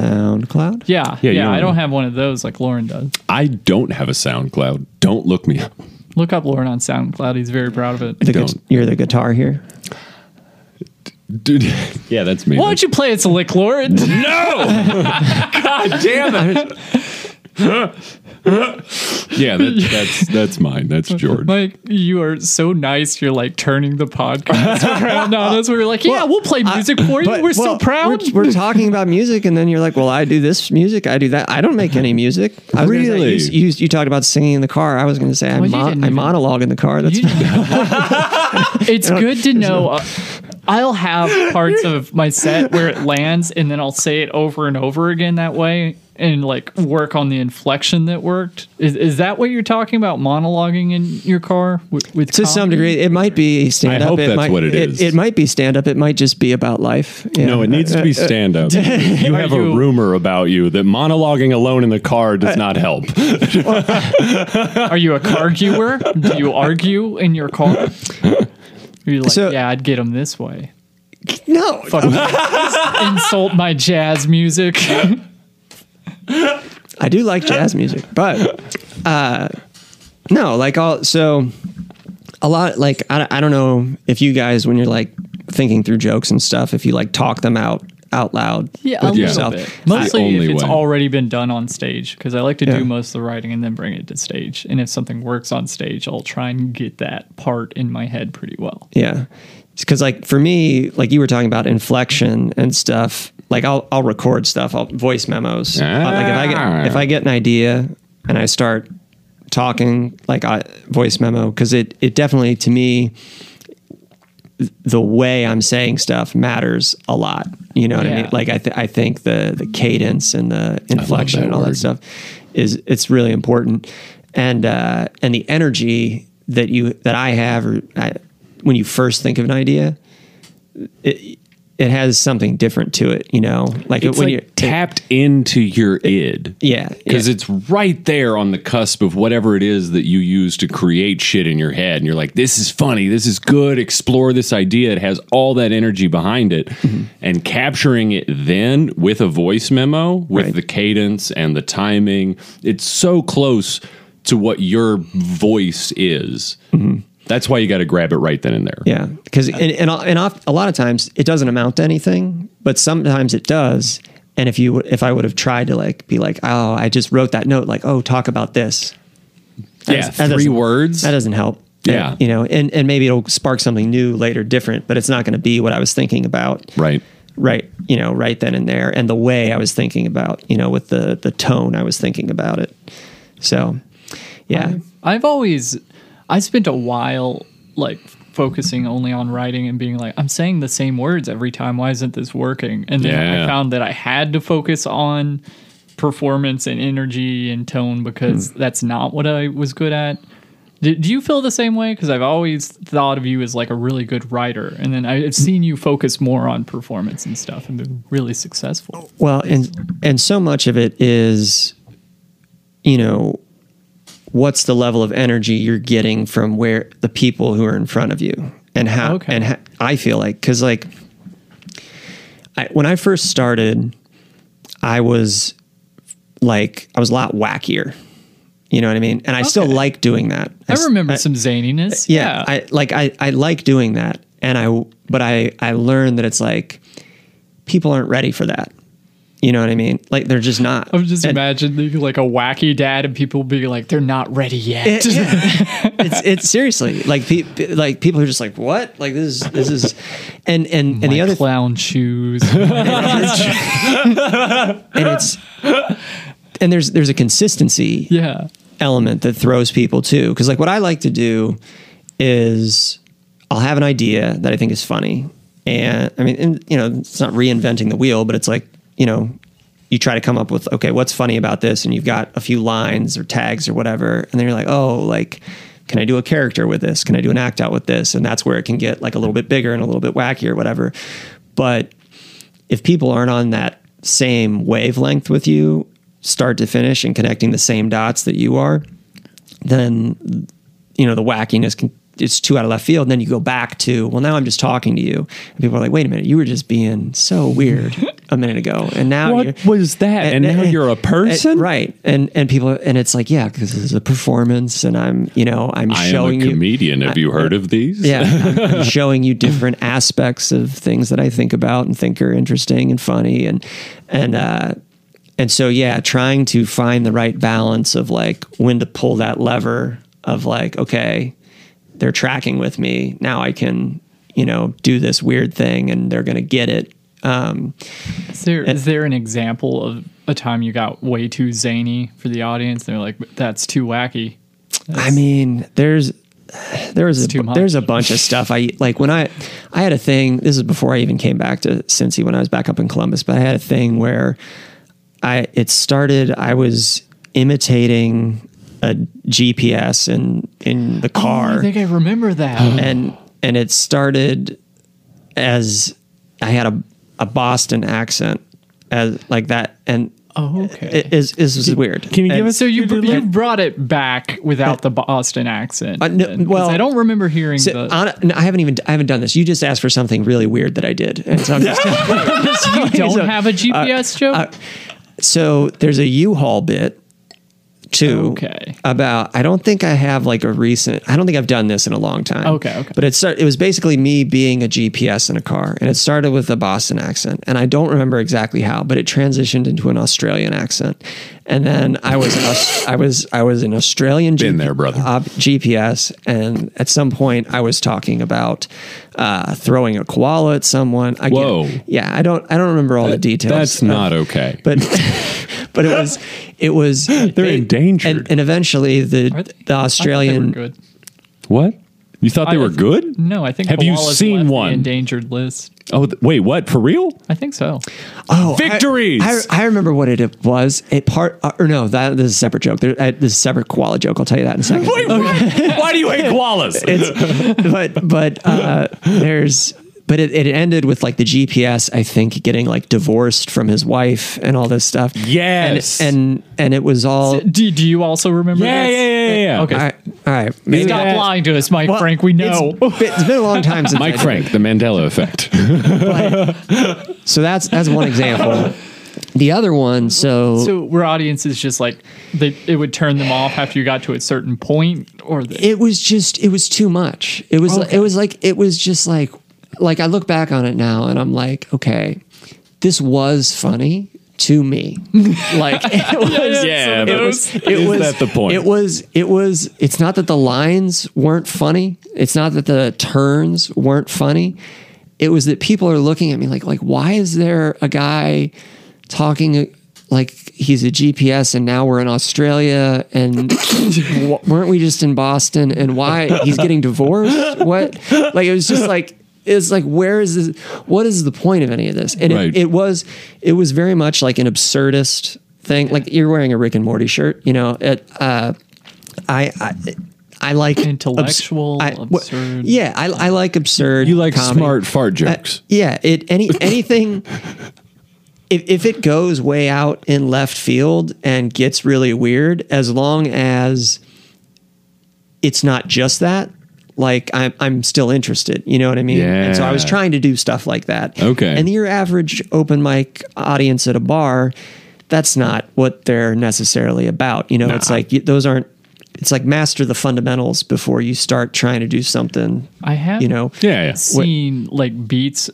Speaker 3: SoundCloud.
Speaker 1: Yeah, yeah,
Speaker 2: Yeah, you don't
Speaker 1: I don't
Speaker 2: know.
Speaker 1: have one of those like Lauren does.
Speaker 2: I don't have a SoundCloud. Don't look me up.
Speaker 1: Look up Lauren on SoundCloud. He's very proud of it.
Speaker 3: The gu-
Speaker 2: Don't.
Speaker 3: you're the guitar here.
Speaker 2: Dude. Yeah, that's me.
Speaker 1: Why don't you play It's a Lick, Lauren?
Speaker 2: no! God damn it. yeah, that, that's that's mine. That's George.
Speaker 1: Like you are so nice. You're like turning the podcast around on us. We were like, yeah, we'll play music for you.
Speaker 3: But-
Speaker 1: we're so
Speaker 3: well,
Speaker 1: proud.
Speaker 3: We're, we're talking about music, and then you're like, "Well, I do this music, I do that. I don't make any music." I was gonna say,
Speaker 2: Really?
Speaker 3: you, you, you talked about singing in the car. I was going to say I,
Speaker 1: Well, you
Speaker 3: mo-
Speaker 1: didn't
Speaker 3: I
Speaker 1: even-
Speaker 3: monologue in the car. That's
Speaker 1: You- it's good to know. uh, I'll have parts of my set where it lands, and then I'll say it over and over again that way, and like work on the inflection that worked. Is, is that what you're talking about? Monologuing in your car with, with
Speaker 3: to some degree. It might be stand up.
Speaker 2: hope
Speaker 3: it
Speaker 2: that's
Speaker 3: might,
Speaker 2: what it is.
Speaker 3: It, might be stand up. It might just be about life. Yeah.
Speaker 2: No, it needs to be stand up. Uh, You have a
Speaker 1: you-
Speaker 2: rumor about you that monologuing alone in the car does not help.
Speaker 1: Are you a arguer? Do you argue in your car? You're like,
Speaker 3: So-
Speaker 1: yeah, I'd get them this way.
Speaker 3: No,
Speaker 1: Fuck you. insult my jazz music.
Speaker 3: I do like jazz music, but uh, no, like all so a lot. Like I, I don't know if you guys when you're like thinking through jokes and stuff, if you like talk them out out loud
Speaker 1: yeah, a
Speaker 3: with
Speaker 1: little
Speaker 3: yourself.
Speaker 1: bit.
Speaker 2: The
Speaker 1: Mostly if
Speaker 2: only
Speaker 1: it's
Speaker 2: way.
Speaker 1: already been done on stage, because I like to
Speaker 3: Yeah.
Speaker 1: do most of the writing and then bring it to stage. And if something works on stage, I'll try and get that part in my head pretty well.
Speaker 3: Yeah. Because like for me, like you were talking about inflection and stuff. Like I'll I'll record stuff. I'll voice memos. Uh,
Speaker 2: Ah.
Speaker 3: Like if I get if I get an idea and I start talking, like I voice memo because it it definitely to me the way I'm saying stuff matters a lot. You know what I
Speaker 1: Yeah.
Speaker 3: mean? Like I th- I think the the cadence and the inflection
Speaker 2: that
Speaker 3: and all
Speaker 2: word.
Speaker 3: that stuff is it's really important and uh and the energy that you that i have or I, when you first think of an idea it it has something different to it you know like
Speaker 2: It's
Speaker 3: when
Speaker 2: like
Speaker 3: you're
Speaker 2: tapped into your id.
Speaker 3: yeah
Speaker 2: Because
Speaker 3: yeah.
Speaker 2: it's right there on the cusp of whatever it is that you use to create shit in your head. And you're like, this is funny. This is good. Explore this idea. It has all that energy behind it.
Speaker 3: Mm-hmm.
Speaker 2: And capturing it then with a voice memo, with
Speaker 3: Right.
Speaker 2: the cadence and the timing, it's so close to what your voice is. That's why you got to grab it right then and there.
Speaker 3: Mm-hmm. Yeah, because and and, and oft, a lot of times it doesn't amount to anything, but sometimes it does. And if you if I would have tried to like be like, oh, I just wrote that note, like, oh, talk about this. That
Speaker 2: Yeah,
Speaker 3: doesn't- that
Speaker 2: three
Speaker 3: doesn't-
Speaker 2: words.
Speaker 3: That doesn't help.
Speaker 2: Yeah.
Speaker 3: And, you know, and and maybe it'll spark something new later, different, but it's not going to be what I was thinking about.
Speaker 2: Right.
Speaker 3: Right, you know, right then and there, and the way I was thinking about, you know, with the the tone I was thinking about it. So, yeah,
Speaker 1: I've always I spent a while like focusing only on writing and being like, I'm saying the same words every time. Why isn't this working? And then I
Speaker 2: Yeah.
Speaker 1: found that I had to focus on performance and energy and tone because that's not what I was good at. Do, do you feel the same way? Because I've always thought of you as like a really good writer, and then I've seen you focus more on performance and stuff, and been really successful.
Speaker 3: Well, and and so much of it is, you know, what's the level of energy you're getting from where the people who are in front of you, and how
Speaker 1: Okay.
Speaker 3: and how, I feel like because like, I, when I first started, I was like I was a lot wackier, you know what I mean, and I still
Speaker 1: Okay.
Speaker 3: like doing that.
Speaker 1: I
Speaker 3: s-
Speaker 1: remember
Speaker 3: I-
Speaker 1: some zaniness.
Speaker 3: yeah, I like I I like doing that, and I but I I learned that it's like people aren't ready for that. You know what I mean? Like they're just not.
Speaker 1: I'm just
Speaker 3: And-
Speaker 1: imagining like a wacky dad and people be like, they're not ready yet.
Speaker 3: It- it's it's seriously like pe- pe- like people are just like what like this is this is and and
Speaker 1: My
Speaker 3: and the other
Speaker 1: clown shoes.
Speaker 3: and it's and there's there's a consistency
Speaker 1: yeah.
Speaker 3: element that throws people too. Because like what I like to do is I'll have an idea that I think is funny, and I mean, and, you know, it's not reinventing the wheel, but it's like you know, you try to come up with okay, what's funny about this, and you've got a few lines or tags or whatever, and then you're like, oh, like. Can I do a character with this? Can I do an act out with this? And that's where it can get like a little bit bigger and a little bit wacky or whatever. But if people aren't on that same wavelength with you, start to finish, and connecting the same dots that you are, then you know the wackiness can. It's too out of left field. And then you go back to, well, now I'm just talking to you. And people are like, wait a minute, you were just being so weird a minute ago. And now you're,
Speaker 2: What was that?
Speaker 3: Eh,
Speaker 2: And, now you're a person?
Speaker 3: and- right. And and people, and it's like, yeah, because this is a performance and I'm, you know, I'm
Speaker 2: I am a
Speaker 3: showing you. eh,
Speaker 2: comedian. Have you heard of these?
Speaker 3: Yeah, I'm showing you different aspects of things that I think about and think are interesting and funny, and and uh, And so, yeah, trying to find the right balance of like when to pull that lever of like, okay, they're tracking with me. Now I can, you know, do this weird thing and they're going to get it. Um,
Speaker 1: Is there is there an example of a time you got way too zany for the audience? They're like, "That's too wacky."
Speaker 3: I mean, there's there was
Speaker 1: too
Speaker 3: a,
Speaker 1: much.
Speaker 3: there's a bunch of stuff I like when I I had a thing. This is before I even came back to Cincy when I was back up in Columbus, but I had a thing where I it started. I was imitating a GPS in in the car
Speaker 1: Oh, I think I remember that.
Speaker 3: and and it started as I had a a Boston accent as like that and
Speaker 1: oh, okay.
Speaker 3: it is this is weird.
Speaker 4: Can you give
Speaker 3: And-
Speaker 4: us
Speaker 1: so you you brought it back without the Boston accent.
Speaker 3: Uh, no,
Speaker 1: then, 'cause
Speaker 3: well-
Speaker 1: I don't remember hearing
Speaker 3: So,
Speaker 1: the.
Speaker 3: hon- no, I haven't even I haven't done this. You just asked for something really weird that I did, and so I'm just,
Speaker 1: you don't have
Speaker 3: uh,
Speaker 1: a GPS joke.
Speaker 3: so there's a U-Haul bit too.
Speaker 1: Okay.
Speaker 3: About I don't think I have like a recent. I don't think I've done this in a long time.
Speaker 1: Okay, okay.
Speaker 3: But it start, it was basically me being a GPS in a car, and it started with a Boston accent, and I don't remember exactly how, but it transitioned into an Australian accent, and then I was an, Aus- I was I was an Australian
Speaker 2: Been there, brother.
Speaker 3: uh, GPS, and at some point I was talking about uh, throwing a koala at someone. I get-
Speaker 2: Whoa.
Speaker 3: yeah, I don't I don't remember all the details. Oh.
Speaker 2: That's
Speaker 3: of-
Speaker 2: not okay.
Speaker 3: but but it was it was they're
Speaker 4: endangered.
Speaker 3: and, and eventually the
Speaker 1: Are they-
Speaker 3: the
Speaker 1: I
Speaker 3: Australian
Speaker 1: thought they were good.
Speaker 2: what? You thought they
Speaker 1: I-
Speaker 2: were good?
Speaker 1: No, I think
Speaker 2: Have you
Speaker 1: koalas
Speaker 2: seen
Speaker 1: left the
Speaker 2: one?
Speaker 1: endangered list?
Speaker 2: Oh, th- wait, what? For real?
Speaker 1: I think so.
Speaker 3: oh, I-
Speaker 2: Victories!
Speaker 3: I, I, remember what it was. It part uh, or no that this is a separate joke. There, uh, this is a separate koala joke. I'll tell you that in a second.
Speaker 2: what? Why do you hate koalas?
Speaker 3: It's, but but uh, there's but it, it ended with like the GPS I think getting like divorced from his wife and all this stuff.
Speaker 2: Yes.
Speaker 3: and and, and it was all.
Speaker 1: Do, do you also remember?
Speaker 2: yeah, yeah,
Speaker 1: this?
Speaker 2: yeah, yeah, yeah.
Speaker 1: Okay.
Speaker 3: all right, all right. Maybe
Speaker 1: Stop
Speaker 2: that-
Speaker 1: lying to us, Mike
Speaker 3: Well,
Speaker 1: Frank. We know.
Speaker 3: it's been- it's been a long time since I
Speaker 2: Mike
Speaker 3: did
Speaker 2: Frank, the Mandela effect.
Speaker 3: So that's that's one example. The other one, so,
Speaker 1: So were audiences just like they, it would turn them off after you got to a certain point, or they,
Speaker 3: it was just it was too much. It was it was like it was just like like I look back on it now and I'm like, okay, this was funny to me. Like it was
Speaker 2: Yeah,
Speaker 3: it
Speaker 2: but
Speaker 3: was it
Speaker 2: is
Speaker 3: was
Speaker 2: that the point?
Speaker 3: It was it was it's not that the lines weren't funny. It's not that the turns weren't funny. It was that people are looking at me like like why is there a guy talking like he's a GPS and now we're in Australia and w- weren't we just in Boston and why he's getting divorced? What like it was just like it's like where is this what is the point of any of this? And it-
Speaker 2: Right.
Speaker 3: it was it was very much like an absurdist thing. Like you're wearing a Rick and Morty shirt, you know. It, uh, I, I I like abs-
Speaker 1: Intellectual,
Speaker 3: wha-
Speaker 1: absurd.
Speaker 3: yeah, I, I like absurd.
Speaker 2: You like
Speaker 3: comedy.
Speaker 2: smart fart
Speaker 3: Uh,
Speaker 2: jokes.
Speaker 3: yeah, it any anything. If, if it goes way out in left field and gets really weird, as long as it's not just that, like I'm, I'm still interested. You know what I mean? And so I was
Speaker 2: Yeah.
Speaker 3: trying to do stuff like that.
Speaker 2: Okay.
Speaker 3: And your average open mic audience at a bar, that's not what they're necessarily about. You know, it's like you- those aren't. It's like master the fundamentals before you start trying to do something.
Speaker 1: I have
Speaker 3: You know,
Speaker 2: yeah, yeah.
Speaker 1: seen like beats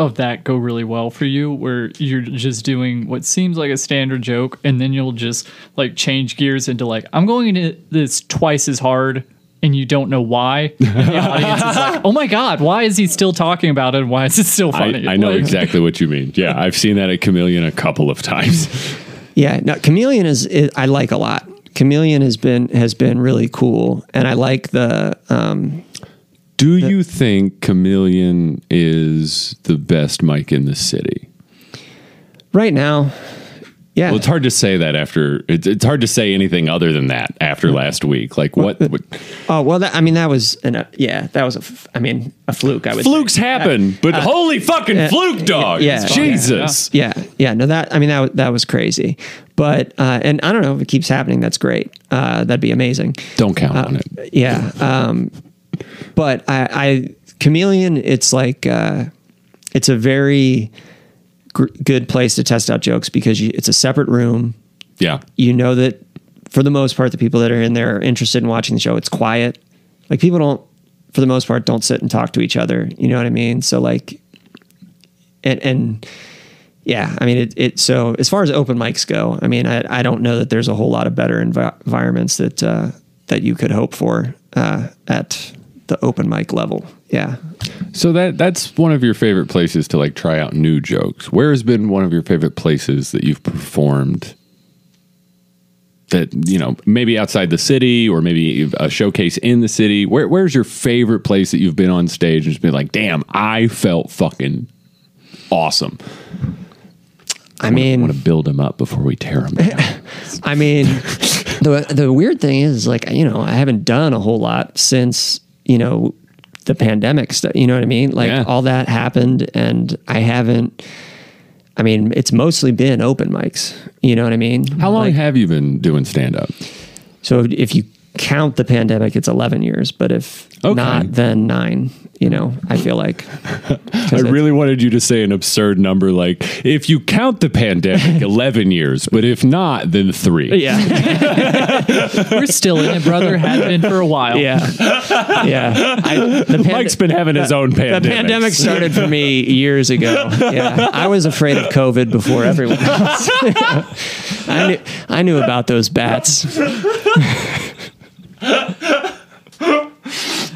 Speaker 1: of that go really well for you where you're just doing what seems like a standard joke and then you'll just like change gears into like i'm going into this twice as hard and you don't know why and the audience is like oh my god why is he still talking about it and why is it still funny
Speaker 2: I, I know
Speaker 1: Like,
Speaker 2: exactly what you mean. Yeah, I've seen that at Chameleon a couple of times.
Speaker 3: Yeah, no, Chameleon is, is I like a lot. Chameleon has been has been really cool, and I like the um,
Speaker 2: Do you think Chameleon is the best mic in the city?
Speaker 3: right now. Yeah,
Speaker 2: Well, it's hard to say that after it's, it's hard to say anything other than that after last week. Like what, what
Speaker 3: oh well, that, I mean that was an uh, yeah that was a f- I mean a fluke. I would
Speaker 2: flukes
Speaker 3: say.
Speaker 2: happen, but holy fucking fluke dog.
Speaker 3: uh, yeah, yeah.
Speaker 2: Jesus.
Speaker 3: Yeah, yeah. No, that I mean that wa- that was crazy, but uh, and I don't know if it keeps happening. That's great. Uh, that'd be amazing.
Speaker 2: Don't
Speaker 3: Uh,
Speaker 2: count on it.
Speaker 3: yeah um but i i chameleon it's like uh it's a very gr- good place to test out jokes because you, it's a separate room
Speaker 2: Yeah.
Speaker 3: you know that for the most part the people that are in there are interested in watching the show it's quiet like people don't for the most part don't sit and talk to each other you know what i mean so like and and yeah, I mean, it, it. So as far as open mics go, I mean, I, I don't know that there's a whole lot of better envi- environments that uh, that you could hope for uh, at the open mic level. Yeah,
Speaker 2: So that that's one of your favorite places to like try out new jokes. Where has been one of your favorite places that you've performed? That you know, maybe outside the city or maybe a showcase in the city. Where where's your favorite place that you've been on stage and just been like, damn, I felt fucking awesome.
Speaker 3: I mean,
Speaker 2: want to build them up before we tear them down.
Speaker 3: I mean, the the weird thing is, like, you know, I haven't done a whole lot since you know the pandemic stuff. You know what I mean? Like,
Speaker 2: Yeah.
Speaker 3: all that happened, and I haven't. I mean, it's mostly been open mics. You know what I mean?
Speaker 2: How long have you been doing stand up?
Speaker 3: So if- if you count the pandemic, it's eleven years. But if
Speaker 2: Okay.
Speaker 3: not, then nine. You know, I feel like 'Cause
Speaker 2: I
Speaker 3: it-
Speaker 2: really wanted you to say an absurd number like if you count the pandemic 11 years, but if not then 3.
Speaker 3: yeah,
Speaker 1: We're still in it, brother. Had been for a while.
Speaker 3: yeah, yeah. I, the pand-
Speaker 2: Mike's been having his own
Speaker 3: The
Speaker 2: pandemic.
Speaker 3: pandemic started for me years ago. Yeah, I was afraid of COVID before everyone else. I knew I knew about those bats.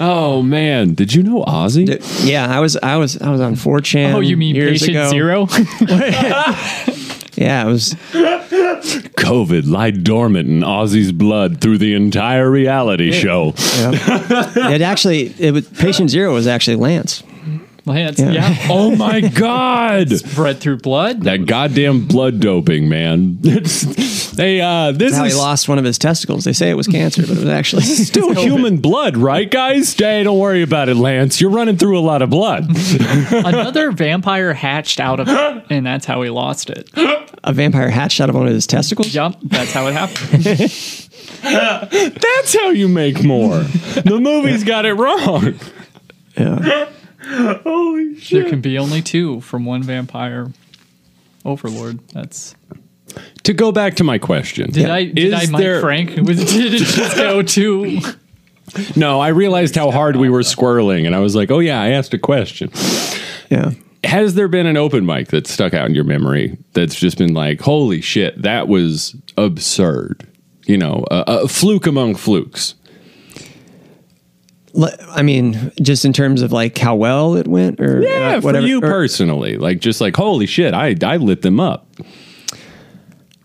Speaker 2: Oh man, did you know Ozzy?
Speaker 3: Yeah, I was I was I was on 4chan.
Speaker 1: Oh, you mean
Speaker 3: years
Speaker 1: patient
Speaker 3: ago.
Speaker 1: zero?
Speaker 3: Yeah, it was.
Speaker 2: COVID lie dormant in Ozzy's blood through the entire reality show.
Speaker 3: yeah. It actually it was patient zero was actually Lance.
Speaker 1: Lance,
Speaker 3: Yeah.
Speaker 1: yeah.
Speaker 2: Oh my god.
Speaker 1: Bread through blood.
Speaker 2: That goddamn blood doping, man. hey, uh, this
Speaker 3: How he
Speaker 2: is
Speaker 3: lost one of his testicles. They say it was cancer, but it was actually
Speaker 2: still human blood, right, guys? Hey, don't worry about it, Lance. You're running through a lot of blood.
Speaker 1: Another vampire hatched out of it, and that's how he lost it.
Speaker 3: a vampire hatched out of one of his testicles.
Speaker 1: Yep, that's how it happened.
Speaker 2: That's how you make more. The movie's got it wrong.
Speaker 3: Yeah.
Speaker 2: Holy shit.
Speaker 1: There can be only two from one vampire overlord. That's
Speaker 2: To go back to my question.
Speaker 1: did I did
Speaker 2: Is
Speaker 1: I Mike
Speaker 2: there-
Speaker 1: Frank? Was, did it just go to?
Speaker 2: No, I realized how hard we were squirreling, and I was like, oh, yeah, I asked a question.
Speaker 3: yeah.
Speaker 2: Has there been an open mic that stuck out in your memory that's just been like, holy shit, that was absurd? You know, a, a fluke among flukes.
Speaker 3: Le- I mean, just in terms of like how well it went, or
Speaker 2: Yeah, Er,
Speaker 3: uh,
Speaker 2: for
Speaker 3: whatever.
Speaker 2: you
Speaker 3: or-
Speaker 2: personally, like just like holy shit, I I lit them up. Uh,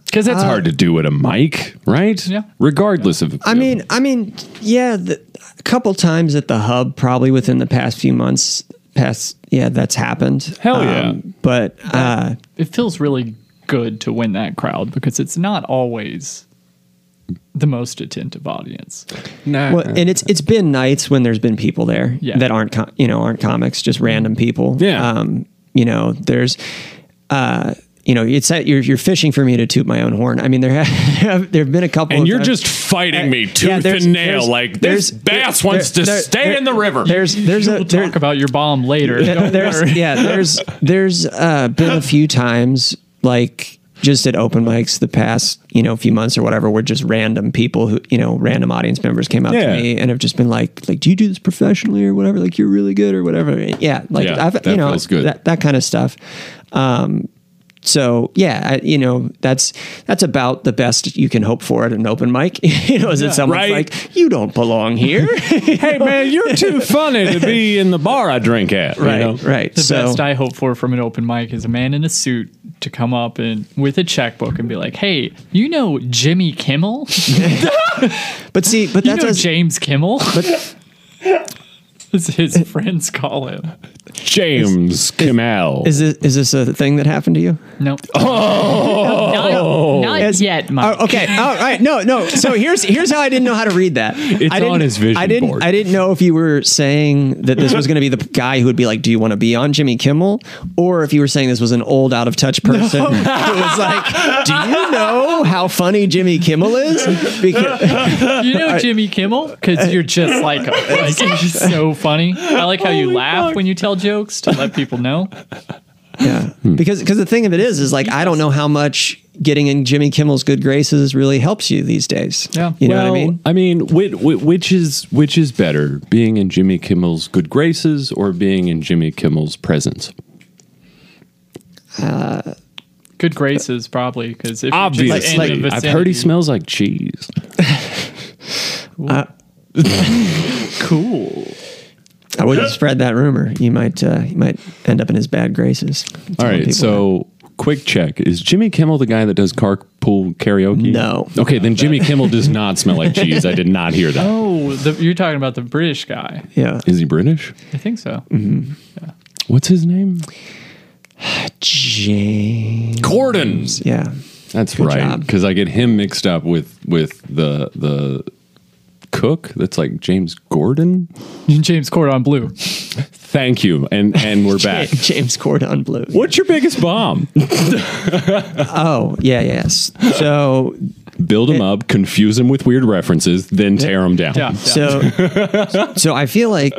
Speaker 2: Because that's hard to do at a mic, right?
Speaker 1: Yeah.
Speaker 2: Regardless of,
Speaker 3: I mean, I mean, yeah, the, a couple times at the hub, probably within the past few months. Past, yeah, that's happened. Um,
Speaker 2: Hell yeah.
Speaker 3: But uh,
Speaker 1: It feels really good to win that crowd because it's not always the most attentive audience.
Speaker 2: nah.
Speaker 3: well, and it's it's been nights when there's been people there
Speaker 1: Yeah.
Speaker 3: that aren't com- you know aren't comics, just random people.
Speaker 2: Yeah.
Speaker 3: Um, you know, there's, uh, you know, it's that you're you're fishing for me to toot my own horn. I mean, there have there have been a couple,
Speaker 2: and
Speaker 3: of
Speaker 2: you're
Speaker 3: times-
Speaker 2: just fighting me tooth
Speaker 3: Yeah, there's-
Speaker 2: and nail.
Speaker 3: there's-
Speaker 2: like this
Speaker 3: there's-
Speaker 2: bass
Speaker 3: there-
Speaker 2: wants to
Speaker 3: there-
Speaker 2: stay
Speaker 3: there-
Speaker 2: in the river.
Speaker 3: there's there's a there,
Speaker 1: Talk about your bomb later.
Speaker 3: There-
Speaker 1: Don't worry.
Speaker 3: there's yeah there's there's uh, been a few times like just at open mics the past you know few months or whatever where just random people who you know random audience members came up
Speaker 2: Yeah.
Speaker 3: to me and have just been like like do you do this professionally or whatever like you're really good or whatever yeah like
Speaker 2: Yeah,
Speaker 3: I've, you
Speaker 2: that
Speaker 3: know
Speaker 2: feels good.
Speaker 3: that that kind of stuff um so yeah I, you know that's that's about the best you can hope for at an open mic you know is it someone's
Speaker 2: right.
Speaker 3: like you don't belong here
Speaker 2: hey man, you're too funny to be in the bar I drink at. you
Speaker 3: right
Speaker 2: know?
Speaker 3: right
Speaker 1: The
Speaker 3: so
Speaker 1: best I hope for from an open mic is a man in a suit to come up and with a checkbook and be like, "Hey, you know Jimmy Kimmel? You
Speaker 3: but see but that's
Speaker 1: know
Speaker 3: a-
Speaker 1: James Kimmel?" As his
Speaker 2: Uh,
Speaker 1: friends call him.
Speaker 2: James Kimmel.
Speaker 3: Is this, is this a thing that happened to you?
Speaker 1: No. Oh, not, not yet, Mike.
Speaker 3: Oh, okay. All right. No, no. So here's here's how I didn't know how to read that. It's I didn't-
Speaker 2: on his vision
Speaker 3: I didn't.
Speaker 2: board.
Speaker 3: I didn't know if you were saying that this was going to be the guy who would be like, "Do you want to be on Jimmy Kimmel?" Or if you were saying this was an old, out of touch person who was like, "Do you know how funny Jimmy Kimmel is?" Because
Speaker 1: You know Jimmy Kimmel?
Speaker 2: uh,
Speaker 1: Because you're just like him. Like, he's so funny. I like how you laugh when you tell jokes to let people know.
Speaker 3: yeah. Hmm. Because because the thing of it is is like I don't know how much getting in Jimmy Kimmel's good graces really helps you these days.
Speaker 1: Yeah.
Speaker 3: You know
Speaker 2: Well,
Speaker 3: what I mean?
Speaker 2: I mean, which, which is which is better, being in Jimmy Kimmel's good graces or being in Jimmy Kimmel's presence?
Speaker 1: Good graces, probably, because if you're just in the
Speaker 2: Obviously, I've
Speaker 1: vicinity-
Speaker 2: heard he smells like cheese.
Speaker 1: cool.
Speaker 3: I wouldn't spread that rumor. You might uh, you might end up in his bad graces.
Speaker 2: All
Speaker 3: Telling people
Speaker 2: right, so quick check: Is Jimmy Kimmel the guy that does carpool karaoke?
Speaker 3: No.
Speaker 2: Okay, then Jimmy Kimmel does not smell like cheese. I did not hear that. Is
Speaker 1: Oh, the, you're talking about the British guy.
Speaker 3: that. yeah,
Speaker 2: he British?
Speaker 1: I think so.
Speaker 3: Mm-hmm.
Speaker 2: What's his name?
Speaker 3: James.
Speaker 2: Cordons.
Speaker 3: Yeah,
Speaker 2: That's
Speaker 3: Good
Speaker 2: right.
Speaker 3: job.
Speaker 2: Because I get him mixed up with with the the cook. That's like James Gordon.
Speaker 1: James Cordon Blue.
Speaker 2: Thank you, and and we're back.
Speaker 3: James Corden Blue.
Speaker 2: What's your biggest bomb?
Speaker 3: Oh yeah, yes. So
Speaker 2: Build him up, confuse him with weird references, then tear him down.
Speaker 1: Yeah. yeah.
Speaker 3: so so I feel like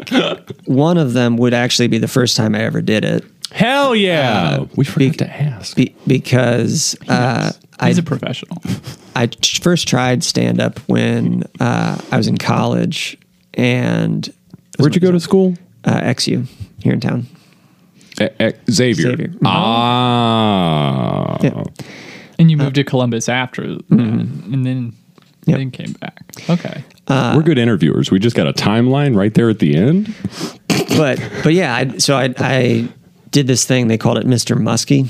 Speaker 3: one of them would actually be the first time I ever did it
Speaker 2: Hell yeah! Oh, we forgot
Speaker 3: Uh, big-
Speaker 2: to ask.
Speaker 3: be- because uh, I
Speaker 1: He's a professional.
Speaker 3: I t- first tried stand up when uh, I was in college and
Speaker 2: Where'd you go to school?
Speaker 3: uh, XU here in town.
Speaker 2: E- e- Xavier.
Speaker 3: Xavier.
Speaker 2: Ah.
Speaker 3: Yeah.
Speaker 1: And you moved to Columbus after, that, and then
Speaker 3: Mm-hmm. Yep.
Speaker 1: then came back. Okay.
Speaker 2: We're good interviewers. We just got a timeline right there at the end.
Speaker 3: But but yeah, I, so I I did this thing. They called it Mr. Muskie.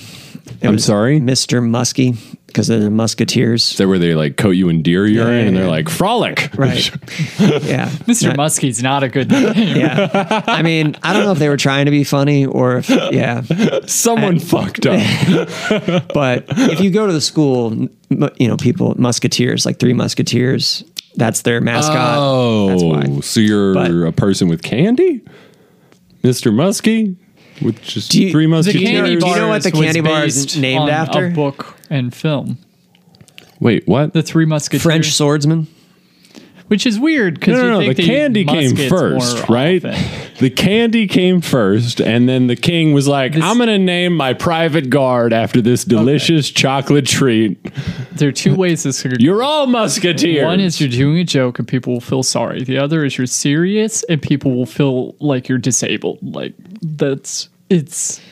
Speaker 3: It
Speaker 2: I'm sorry?
Speaker 3: Mr. Muskie, because they're the Musketeers.
Speaker 2: So where they like coat you in deer urine
Speaker 3: yeah,
Speaker 2: and they're
Speaker 3: yeah.
Speaker 2: like frolic.
Speaker 3: Right. yeah.
Speaker 1: Mr.
Speaker 3: Not-
Speaker 1: Muskie's not a good name.
Speaker 3: Yeah. I mean, I don't know if they were trying to be funny or if, yeah.
Speaker 2: Someone fucked up.
Speaker 3: But if you go to the school, m- you know, people, Musketeers, like three Musketeers, that's their mascot. That's
Speaker 2: oh,
Speaker 3: why.
Speaker 2: so you're
Speaker 3: But-
Speaker 2: a person with candy, Mr. Muskie, with just
Speaker 3: Do you-
Speaker 2: three
Speaker 1: The
Speaker 2: musketeers.
Speaker 1: candy
Speaker 3: Do you know what the
Speaker 1: Bars was
Speaker 3: candy bar is
Speaker 1: based
Speaker 3: named
Speaker 1: on
Speaker 3: after?
Speaker 1: A book and film.
Speaker 2: Wait, what?
Speaker 1: The Three Musketeers.
Speaker 3: French swordsman.
Speaker 1: which is weird because
Speaker 2: no, no, no. The candy came first, right? The candy came first, and then the king was like,
Speaker 1: This-
Speaker 2: "I'm gonna name my private guard after this delicious chocolate treat."
Speaker 1: There are two ways this could
Speaker 2: You're all musketeers.
Speaker 1: One is you're doing a joke and people will feel sorry. The other is you're serious and people will feel like you're disabled. Like that's it's.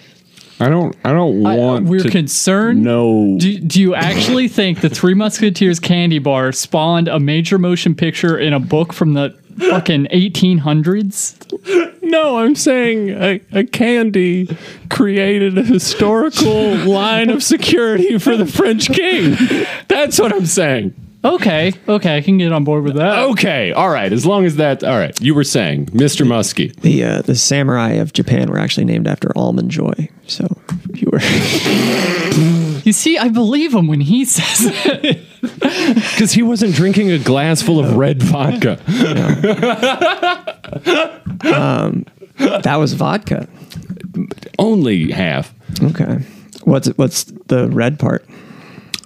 Speaker 2: I don't. I don't
Speaker 1: I- uh,
Speaker 2: want.
Speaker 1: we're
Speaker 2: to
Speaker 1: concerned.
Speaker 2: know.
Speaker 1: Do, do you actually think the Three Musketeers candy bar spawned a major motion picture in a book from the fucking 1800s?
Speaker 2: No, I'm saying a, a candy created a historical line of security for the French king. That's what I'm saying.
Speaker 1: Okay, okay, I can get on board with that.
Speaker 2: Oh. Okay, all right. As long as that, all right. You were saying, Mr. Muskie.
Speaker 3: The uh, the samurai of Japan were actually named after Almond Joy. So if you were
Speaker 1: You see, I believe him when he says it.
Speaker 2: Because he wasn't drinking a glass full of red vodka.
Speaker 3: that was vodka.
Speaker 2: Only half.
Speaker 3: Okay. What's what's the red part?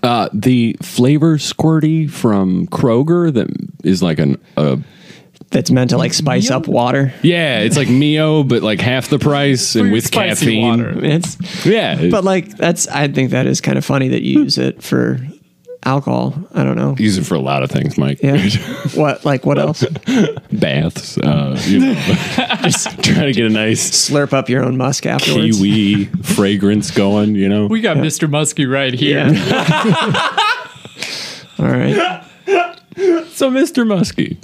Speaker 2: Uh, the flavor squirty from Kroger that is like an uh,
Speaker 3: That's meant to like spice up water.
Speaker 2: yeah, it's like Mio, but like half the price and with
Speaker 1: Spicy
Speaker 2: caffeine.
Speaker 1: water.
Speaker 3: It's
Speaker 2: Yeah,
Speaker 3: but like that's I think that is kind of funny that you use it for alcohol. I don't know.
Speaker 2: use it for a lot of things, Mike.
Speaker 3: Yeah. what like what else?
Speaker 2: Baths, uh, you know, just trying to get a nice
Speaker 3: Slurp up your own musk afterwards.
Speaker 2: kiwi fragrance going. You know,
Speaker 1: We got Mr. Muskie right here.
Speaker 3: Yeah. All right.
Speaker 2: so Mr. Muskie.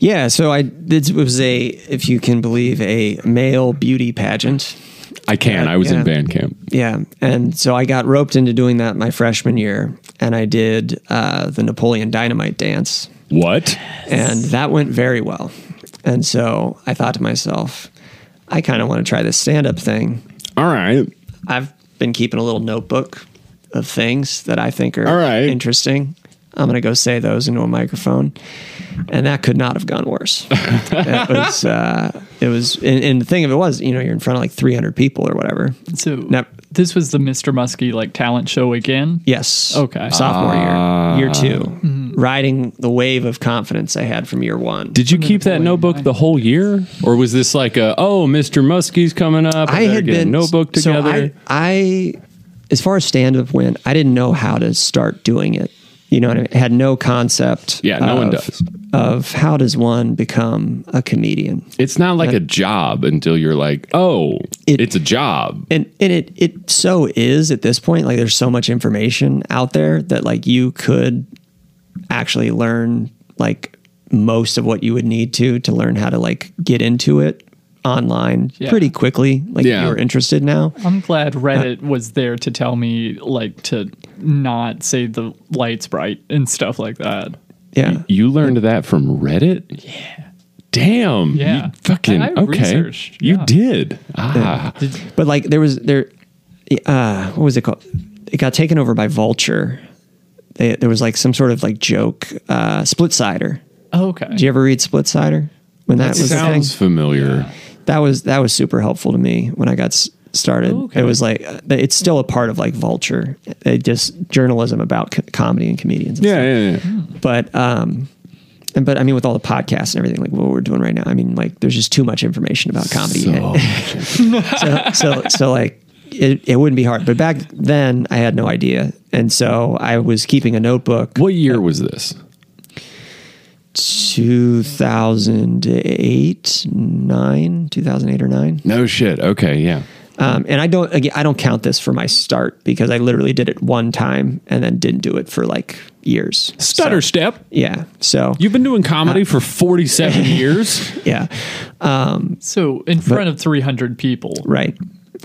Speaker 3: Yeah, so I this was a if you can believe a male beauty pageant.
Speaker 2: I can. I was in
Speaker 3: Yeah.
Speaker 2: band camp.
Speaker 3: Yeah. And so I got roped into doing that my freshman year, and I did uh, the Napoleon Dynamite dance,
Speaker 2: What?
Speaker 3: and that went very well. And so I thought to myself, I kind of want to try this stand up thing.
Speaker 2: All right.
Speaker 3: I've been keeping a little notebook of things that I think are
Speaker 2: All right.
Speaker 3: interesting. I'm going to go say those into a microphone. And that could not have gone worse. it was, uh, it was, and, and the thing of it was, you know, you're in front of like 300 people or whatever.
Speaker 1: So
Speaker 3: Nev-
Speaker 1: this was the Mr. Muskie like talent show again.
Speaker 3: Yes.
Speaker 1: Okay.
Speaker 3: Sophomore year, year 2
Speaker 2: Ah.
Speaker 3: riding the wave of confidence I had from year one.
Speaker 2: Did you keep that notebook the whole year, or was this like a oh, Mr. Muskie's coming up?
Speaker 3: I
Speaker 2: better
Speaker 3: had
Speaker 2: get a
Speaker 3: been
Speaker 2: notebook
Speaker 3: so
Speaker 2: together.
Speaker 3: I, I, as far as stand up went, I didn't know how to start doing it. You know, what I mean? I had no concept.
Speaker 2: yeah, no one
Speaker 3: of-
Speaker 2: does.
Speaker 3: of how does one become a comedian?
Speaker 2: It's not like a job until you're like, oh,
Speaker 3: It-
Speaker 2: it's a job.
Speaker 3: and and it it so is at this point like there's so much information out there that like you could actually learn like most of what you would need to to learn how to like get into it online
Speaker 1: Yeah.
Speaker 3: pretty quickly like if
Speaker 2: Yeah.
Speaker 3: you're interested now
Speaker 1: I'm glad Reddit was there to tell me like to not say the lights bright and stuff like that.
Speaker 3: yeah
Speaker 2: You learned that from Reddit? Yeah. Damn. you
Speaker 1: Yeah.
Speaker 2: fucking
Speaker 1: I- I
Speaker 2: okay.
Speaker 1: researched,
Speaker 2: You
Speaker 1: yeah.
Speaker 2: did. Ah.
Speaker 3: but like there was there uh what was it called it got taken over by vulture they, there was like some sort of like joke uh split sider
Speaker 1: Okay.
Speaker 3: do you ever read split sider when that,
Speaker 2: That
Speaker 3: was a thing?
Speaker 2: sounds familiar.
Speaker 3: that was that was super helpful to me when I got s- started.
Speaker 2: Oh,
Speaker 1: Okay.
Speaker 3: It was like uh, it's still a part of like Vulture, it just journalism about co- comedy and comedians. and
Speaker 2: Yeah, yeah, yeah.
Speaker 3: stuff. but um, and but I mean with all the podcasts and everything like what we're doing right now, I mean like there's just too much information about comedy.
Speaker 2: So-
Speaker 3: so, so so like. It, it wouldn't be hard, but back then I had no idea, and so I was keeping a notebook.
Speaker 2: what year was this?
Speaker 3: 2008, nine, 2008 or nine.
Speaker 2: No shit. Okay, yeah.
Speaker 3: Um, and I don't again, I don't count this for my start because I literally did it one time and then didn't do it for like years.
Speaker 2: Stutter step.
Speaker 3: Yeah. So
Speaker 2: You've been doing comedy for 47 years.
Speaker 3: yeah,
Speaker 1: so in front of 300 people,
Speaker 3: right.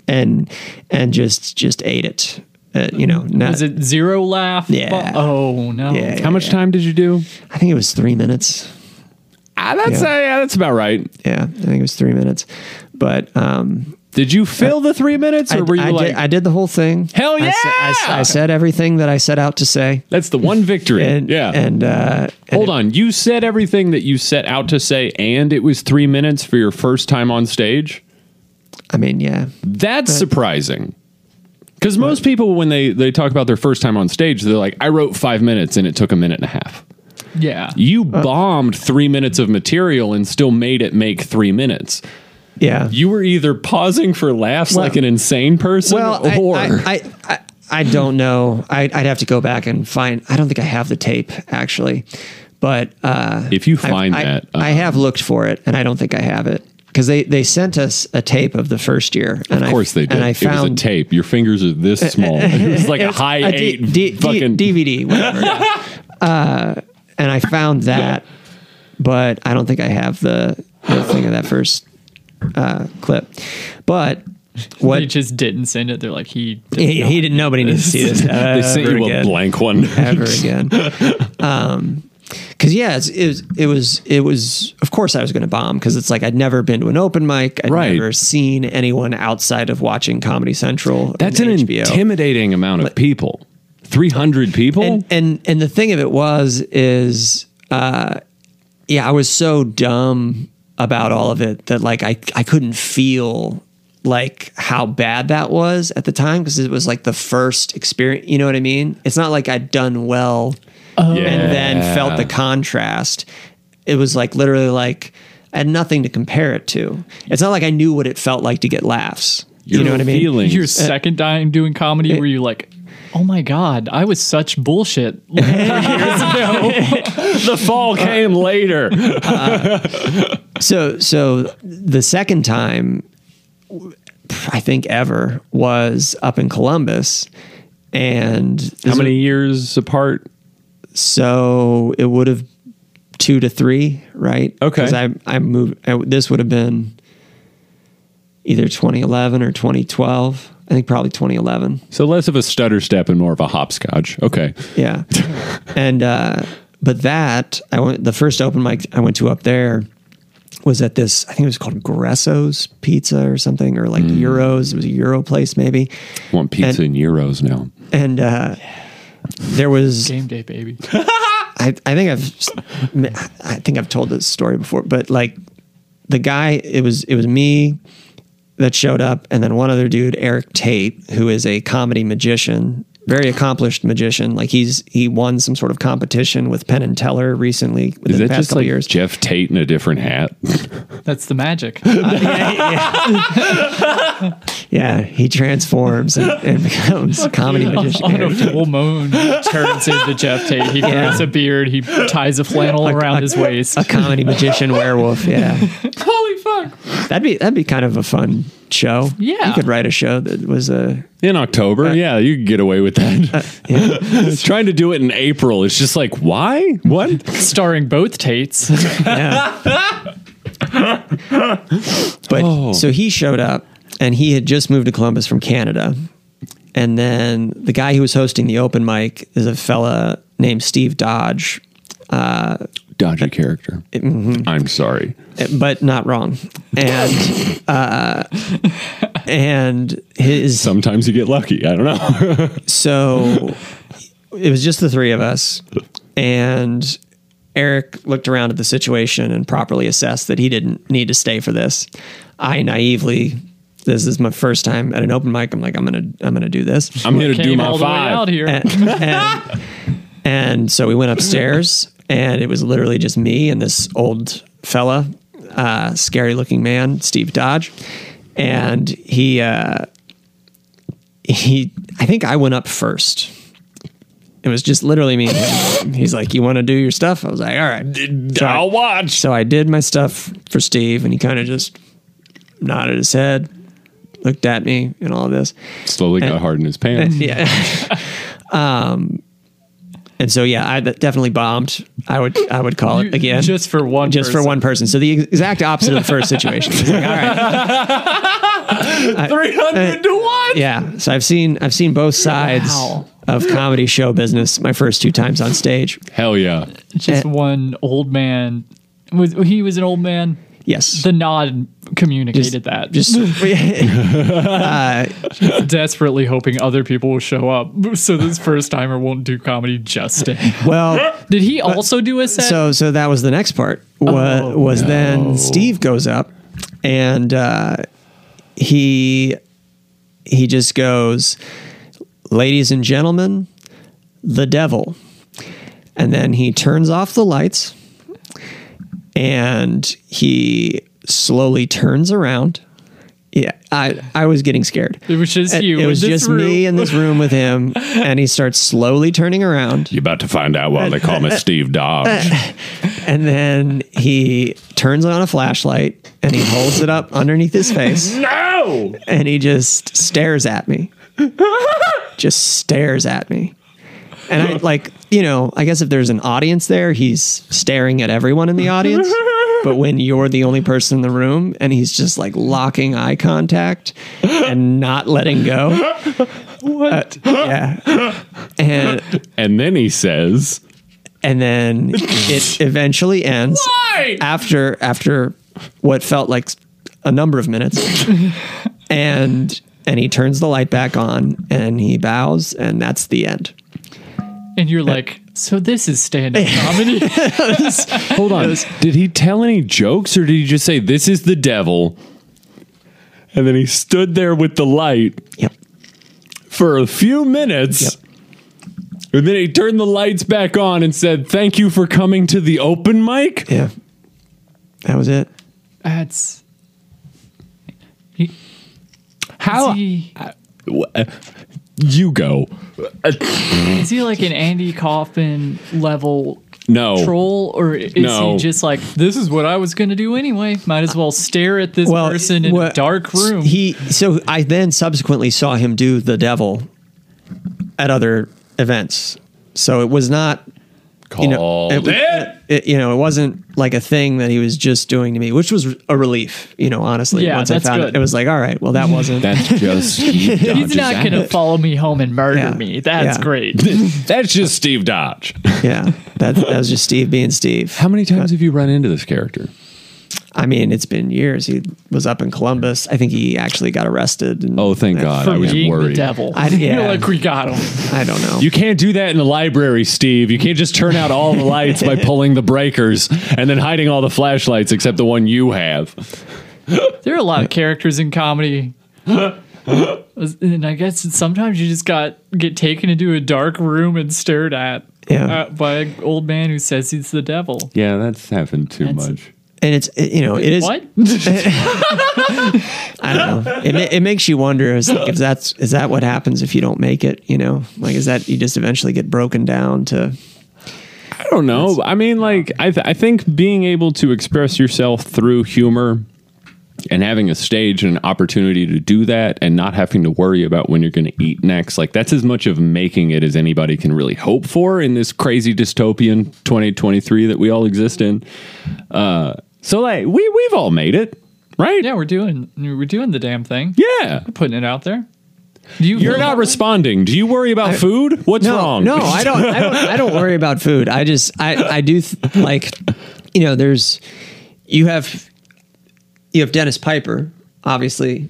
Speaker 3: And and just just ate it. Uh, you know, not,
Speaker 1: was it zero laugh?
Speaker 3: Yeah.
Speaker 1: Bu- Oh no.
Speaker 3: Yeah.
Speaker 2: How much time did you do?
Speaker 3: I think it was three minutes.
Speaker 2: Ah, that's
Speaker 3: Yeah.
Speaker 2: uh, yeah, that's about right.
Speaker 3: Yeah, I think it was three minutes. But um,
Speaker 2: Did you fill the three minutes, or
Speaker 3: I,
Speaker 2: were you
Speaker 3: I
Speaker 2: like,
Speaker 3: did, I did the whole thing.
Speaker 2: Hell
Speaker 3: I sa- I s-
Speaker 2: yeah!
Speaker 3: I said everything that I set out to say.
Speaker 2: "That's the one victory"?
Speaker 3: And
Speaker 2: yeah.
Speaker 3: and uh,
Speaker 2: Hold on, you said everything that you set out to say, and it was three minutes for your first time on stage.
Speaker 3: I mean, yeah,
Speaker 2: That's surprising. Because most people, when they, they talk about their first time on stage, they're like, I wrote five minutes and it took a minute and a half.
Speaker 1: Yeah.
Speaker 2: You
Speaker 3: Uh.
Speaker 2: bombed three minutes of material and still made it make three minutes.
Speaker 3: yeah.
Speaker 2: You were either pausing for laughs
Speaker 3: Well-
Speaker 2: like an insane person
Speaker 3: Well, I-
Speaker 2: or.
Speaker 3: I, I, I, I don't know. I, I'd have to go back and find. I don't think I have the tape actually, but uh,
Speaker 2: if you
Speaker 3: I-
Speaker 2: find
Speaker 3: I,
Speaker 2: that, uh-huh.
Speaker 3: I have looked for it, and I don't think I have it because they, they sent us a tape of the first year. And
Speaker 2: Of course
Speaker 3: I,
Speaker 2: they did.
Speaker 3: And I
Speaker 2: it was a
Speaker 3: found Uh,
Speaker 2: tape. Your fingers are this small. it was like a high
Speaker 3: a uh, D-
Speaker 2: eight
Speaker 3: D- D-
Speaker 2: fucking.
Speaker 3: DVD, whatever. uh, and I found that, but I don't think I have the, the thing of that first uh, clip. But
Speaker 1: They
Speaker 3: what
Speaker 1: just didn't send it. They're like he. did
Speaker 3: he, he didn't. Nobody needs to see this.
Speaker 2: they sent
Speaker 3: ever
Speaker 2: you a
Speaker 3: again.
Speaker 2: blank one.
Speaker 3: ever again. Um, because yeah, it's, it was it was it was of course I was going to bomb because it's like I'd never been to an open mic, I'd
Speaker 2: Right.
Speaker 3: never seen anyone outside of watching Comedy Central.
Speaker 2: That's an
Speaker 3: and HBO.
Speaker 2: intimidating amount of people. 300 people?
Speaker 3: and and and the thing of it was is uh, yeah, I was so dumb about all of it that like I I couldn't feel like how bad that was at the time because it was like the first experience. You know what I mean? It's not like I'd done well and then felt the contrast. It was like literally like I had nothing to compare it to. It's not like I knew what it felt like to get laughs. you
Speaker 2: Your
Speaker 3: know what I mean?
Speaker 2: feelings.
Speaker 1: Your
Speaker 3: uh,
Speaker 1: second time doing comedy, were you like, oh my god, I was such bullshit.
Speaker 2: the fall came later.
Speaker 3: So so the second time I think ever was up in Columbus and
Speaker 2: How many years apart?
Speaker 3: so it would have 2 to 3, right?
Speaker 2: Okay.
Speaker 3: Cuz I I moved I, this would have been either 2011 or 2012. I think probably 2011.
Speaker 2: So less of a stutter step and more of a hopscotch. Okay.
Speaker 3: Yeah. and uh but that I went the first open mic I went to up there was at this I think it was called Gresso's Pizza or something or like Euros it was a Euro place maybe
Speaker 2: Want pizza and, euros now.
Speaker 3: and uh there was
Speaker 1: Game day, baby.
Speaker 3: I, I think I've I think I've told this story before but like the guy it was it was me that showed up and then one other dude Eric Tate who is a comedy magician very accomplished magician like he's he won some sort of competition with Penn and Teller recently
Speaker 2: Is
Speaker 3: within the
Speaker 2: that
Speaker 3: past
Speaker 2: just
Speaker 3: couple
Speaker 2: like
Speaker 3: years
Speaker 2: Jeff Tate in a different hat?
Speaker 1: That's the magic.
Speaker 3: Yeah, he transforms and, and becomes a comedy
Speaker 1: On a
Speaker 3: magician.
Speaker 1: full moon, turns into Jeff Tate. He grows a beard. He ties a flannel around his waist.
Speaker 3: A comedy magician werewolf. Yeah,
Speaker 1: Holy fuck!
Speaker 3: that'd be that'd be kind of a fun show.
Speaker 1: Yeah.
Speaker 3: you could write a show that was a
Speaker 2: In October, yeah, you could get away with that.
Speaker 3: Uh, yeah.
Speaker 2: Trying to do it in April, it's just like, why? What?
Speaker 1: Starring both Tates.
Speaker 3: Yeah. but so he showed up and he had just moved to Columbus from Canada. And then the guy who was hosting the open mic is a fella named Steve Dodge,
Speaker 2: Dodgy character.
Speaker 3: Mm-hmm.
Speaker 2: I'm sorry.
Speaker 3: eh, but not wrong. And uh, and his
Speaker 2: Sometimes you get lucky. I don't know.
Speaker 3: so it was just the three of us and eric looked around at the situation and properly assessed that he didn't need to stay for this i naively this is my first time at an open mic i'm like i'm gonna i'm gonna do this
Speaker 2: I'm here to do
Speaker 1: Came
Speaker 2: my
Speaker 1: all the way out
Speaker 2: five.
Speaker 1: here.
Speaker 3: and, and, and so we went upstairs and it was literally just me and this old fella uh, scary looking man steve dodge and he uh, he i think i went up first it was just literally me and him. he's like you want to do your stuff i was like all right So I-
Speaker 2: I'll watch.
Speaker 3: so I did my stuff for Steve, and he kind of just nodded his head, looked at me, and all this.
Speaker 2: Slowly got hard in his pants.
Speaker 3: Yeah. um, and so yeah, I that definitely bombed. I would I would call it again
Speaker 1: Just for one.
Speaker 3: just for
Speaker 1: person.
Speaker 3: one person. So the ex- exact opposite of the first situation. It's like, all right, Uh,
Speaker 1: 300 to 1.
Speaker 3: yeah. So I've seen I've seen both sides
Speaker 1: Wow.
Speaker 3: of comedy show business. My first two times on stage.
Speaker 2: Hell yeah.
Speaker 3: Eh.
Speaker 1: Just one old man. Was, he was an old man.
Speaker 3: Yes.
Speaker 1: The nod communicated
Speaker 3: Just-
Speaker 1: that.
Speaker 3: just
Speaker 1: desperately hoping other people will show up so this first timer won't do comedy justice.
Speaker 3: well,
Speaker 1: Did he also do a set?
Speaker 3: so so that was the next part. What
Speaker 1: Oh,
Speaker 3: was then Steve goes up and uh, he he just goes, ladies and gentlemen, the devil, and then he turns off the lights and he slowly turns around. Yeah, I I was getting scared.
Speaker 1: it was just
Speaker 3: It,
Speaker 1: you.
Speaker 3: it
Speaker 1: in
Speaker 3: was
Speaker 1: this
Speaker 3: just
Speaker 1: room.
Speaker 3: me in this room with him, and he starts slowly turning around.
Speaker 2: You're about to find out why they call me Steve Dodge.
Speaker 3: And then he turns on a flashlight and he holds it up underneath his face
Speaker 2: no!
Speaker 3: and he just stares at me. Just stares at me. And I like, you know, I guess if there's an audience there, he's staring at everyone in the audience. But when you're the only person in the room and he's just like locking eye contact and not letting go. What? yeah. And
Speaker 2: And then he says,
Speaker 3: and then it eventually ends after after what felt like a number of minutes and and he turns the light back on and he bows and that's the end
Speaker 1: And you're like, so this is stand up comedy?
Speaker 2: Hold on. Did he tell any jokes or did he just say, This is the devil? And then he stood there with the light
Speaker 3: yep
Speaker 2: for a few minutes.
Speaker 3: Yep.
Speaker 2: And then he turned the lights back on and said, Thank you for coming to the open mic.
Speaker 3: yeah that was it
Speaker 1: That's.
Speaker 2: How?
Speaker 1: Is he,
Speaker 2: You go.
Speaker 1: is he like an Andy Kaufman level
Speaker 2: No.
Speaker 1: troll, or is
Speaker 2: No.
Speaker 1: he just like, this is what I was going to do anyway? Might as well stare at this person in
Speaker 3: wha-
Speaker 1: a dark room.
Speaker 3: he so i then subsequently saw him do the devil at other events so it was not
Speaker 2: Called
Speaker 3: you know, it, uh,
Speaker 2: it.
Speaker 3: it- you know, it wasn't like a thing that he was just doing to me, which was a relief. You know, honestly,
Speaker 1: Yeah,
Speaker 3: once
Speaker 1: that's
Speaker 3: I found
Speaker 1: good.
Speaker 3: it, it was like, all right, well, that wasn't.
Speaker 2: That's just Steve
Speaker 1: He's
Speaker 2: Dodge's
Speaker 1: not going to
Speaker 2: act.
Speaker 1: follow me home and murder
Speaker 3: Yeah.
Speaker 1: me. That's
Speaker 3: Yeah.
Speaker 1: great.
Speaker 2: That's just Steve Dodge.
Speaker 3: yeah, that that was just Steve being Steve.
Speaker 2: How many times have you run into this character?
Speaker 3: I mean, it's been years. He was up in Columbus. I think he actually got arrested. And
Speaker 2: Oh, thank God.
Speaker 1: for
Speaker 2: I was
Speaker 1: being the
Speaker 2: worried.
Speaker 1: devil.
Speaker 3: I-
Speaker 1: You're
Speaker 3: yeah.
Speaker 1: like, we got him.
Speaker 3: I don't know.
Speaker 2: You can't do that in the library, Steve. You can't just turn out all the lights by pulling the breakers and then hiding all the flashlights except the one you have.
Speaker 1: There are a lot of characters in comedy. and I guess it's- sometimes you just got get taken into a dark room and stared at
Speaker 3: Yeah.
Speaker 1: uh, by an old man who says he's the devil.
Speaker 2: Yeah, that's happened too
Speaker 1: That's-
Speaker 2: much.
Speaker 3: and it's it- you know it is
Speaker 1: What?
Speaker 3: I don't know. It, ma- it makes you wonder is like, if that's is that what happens if you don't make it? You know, like is that you just eventually get broken down to
Speaker 2: I don't know. I mean, like, I, th- I think being able to express yourself through humor and having a stage and an opportunity to do that and not having to worry about when you're going to eat next, like, that's as much of making it as anybody can really hope for in this crazy dystopian 2023 that we all exist in. Uh, so, like, we, we've all made it, right?
Speaker 1: yeah, we're doing we're doing the damn thing.
Speaker 2: Yeah.
Speaker 1: Putting it out there. Do you
Speaker 2: You're
Speaker 1: feel
Speaker 2: not
Speaker 1: that way?
Speaker 2: responding. Do you worry about food? What's
Speaker 3: no,
Speaker 2: wrong?
Speaker 3: No, I don't, I don't. I don't worry about food. I just, I, I do th- like, you know, there's, you have, you have Dennis Piper, obviously,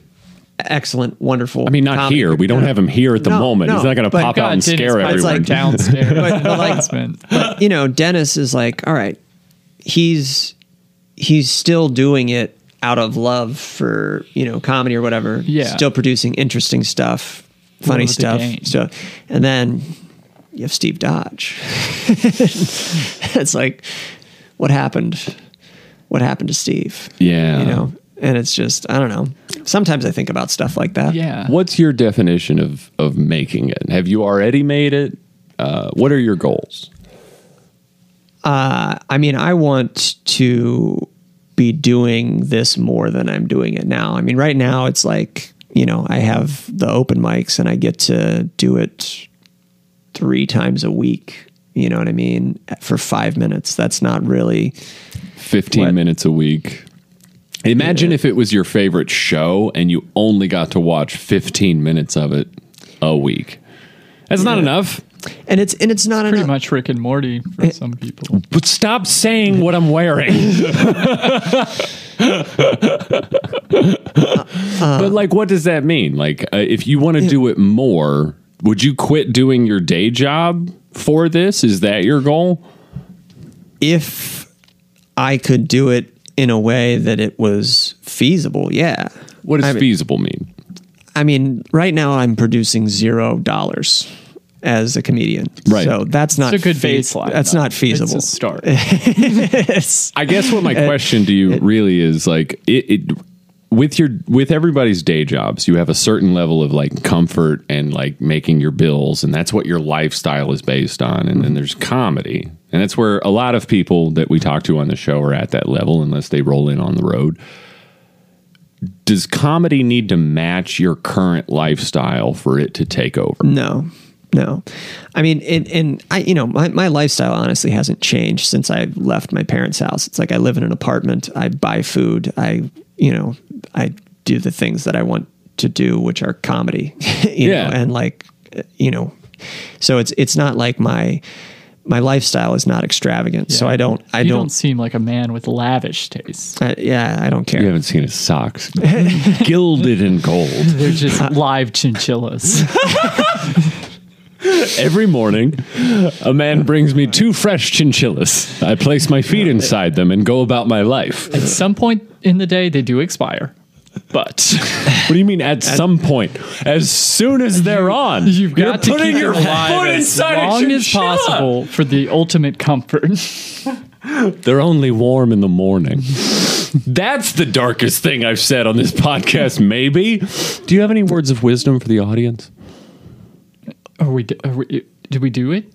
Speaker 3: excellent, wonderful.
Speaker 2: I mean, not here. We don't have him here at the
Speaker 3: No,
Speaker 2: moment.
Speaker 3: no,
Speaker 2: He's not going to
Speaker 3: but
Speaker 2: pop out
Speaker 1: God,
Speaker 2: and
Speaker 1: Dennis
Speaker 2: scare
Speaker 1: Piper's
Speaker 2: everyone.
Speaker 3: like
Speaker 1: downstairs.
Speaker 3: But, but like,
Speaker 1: announcement.
Speaker 3: you know, Dennis is like, all right, he's he's still doing it out of love for you know comedy or whatever.
Speaker 1: Yeah.
Speaker 3: still producing interesting stuff, funny
Speaker 1: of the
Speaker 3: stuff,
Speaker 1: game.
Speaker 3: stuff, and then you have Steve Dodge. it's like, what happened? What happened to Steve?
Speaker 2: Yeah.
Speaker 3: you know, and it's just I don't know. Sometimes I think about stuff like that.
Speaker 1: Yeah.
Speaker 2: What's your definition of of making it? Have you already made it? Uh, what are your goals?
Speaker 3: I mean, I want to be doing this more than I'm doing it now. I mean, right now it's like, you know, I have the open mics and I get to do it three times a week. You know what I mean? For five minutes. That's not really.
Speaker 2: Fifteen
Speaker 3: What?
Speaker 2: minutes a week. Imagine if it was your favorite show and you only got to watch fifteen minutes of it a week. That's not enough.
Speaker 3: And it's and it's not
Speaker 1: Pretty
Speaker 3: enough.
Speaker 1: much Rick and Morty for some people.
Speaker 2: But stop saying what I'm wearing. but like, what does that mean? Like, uh, if you want to do it more, would you quit doing your day job for this? Is that your goal?
Speaker 3: If I could do it in a way that it was feasible, yeah.
Speaker 2: What does
Speaker 3: I mean-
Speaker 2: feasible mean?
Speaker 3: I mean, right now I'm producing zero dollars as a comedian.
Speaker 2: Right.
Speaker 3: So that's not
Speaker 1: It's a good
Speaker 3: fe-
Speaker 1: baseline.
Speaker 3: That's
Speaker 1: though.
Speaker 3: not feasible.
Speaker 1: It's a start.
Speaker 3: It's-
Speaker 2: I guess what my question to you really is like it, it with your with everybody's day jobs, you have a certain level of like comfort and like making your bills, and that's what your lifestyle is based on. And
Speaker 1: Mm-hmm.
Speaker 2: then there's comedy, and that's where a lot of people that we talk to on the show are at that level, unless they roll in on the road. Does comedy need to match your current lifestyle for it to take over?
Speaker 3: no, no. I mean, and, and I, you know, my, my lifestyle honestly hasn't changed since I left my parents' house. It's like I live in an apartment. I buy food. I, you know, I do the things that I want to do, which are comedy. you
Speaker 2: Yeah.
Speaker 3: Know? And like, uh, you know, so it's it's not like my my lifestyle is not extravagant. So I don't I
Speaker 1: you don't,
Speaker 3: don't
Speaker 1: seem like a man with lavish tastes.
Speaker 3: I, yeah, I don't care.
Speaker 2: You haven't seen his socks, gilded in gold.
Speaker 1: They're just live chinchillas.
Speaker 2: Every morning, a man brings me two fresh chinchillas. I place my feet inside them and go about my life.
Speaker 1: At some point in the day, they do expire.
Speaker 2: But what do you mean at some point? As soon as they're on,
Speaker 1: You've
Speaker 2: you're
Speaker 1: got to
Speaker 2: putting
Speaker 1: keep
Speaker 2: your
Speaker 1: it alive
Speaker 2: foot
Speaker 1: as
Speaker 2: inside a
Speaker 1: long as
Speaker 2: chinchilla.
Speaker 1: possible for the ultimate comfort.
Speaker 2: They're only warm in the morning. That's the darkest thing I've said on this podcast, maybe. Do you have any words of wisdom for the audience?
Speaker 1: Are we? d- Are we did we do it?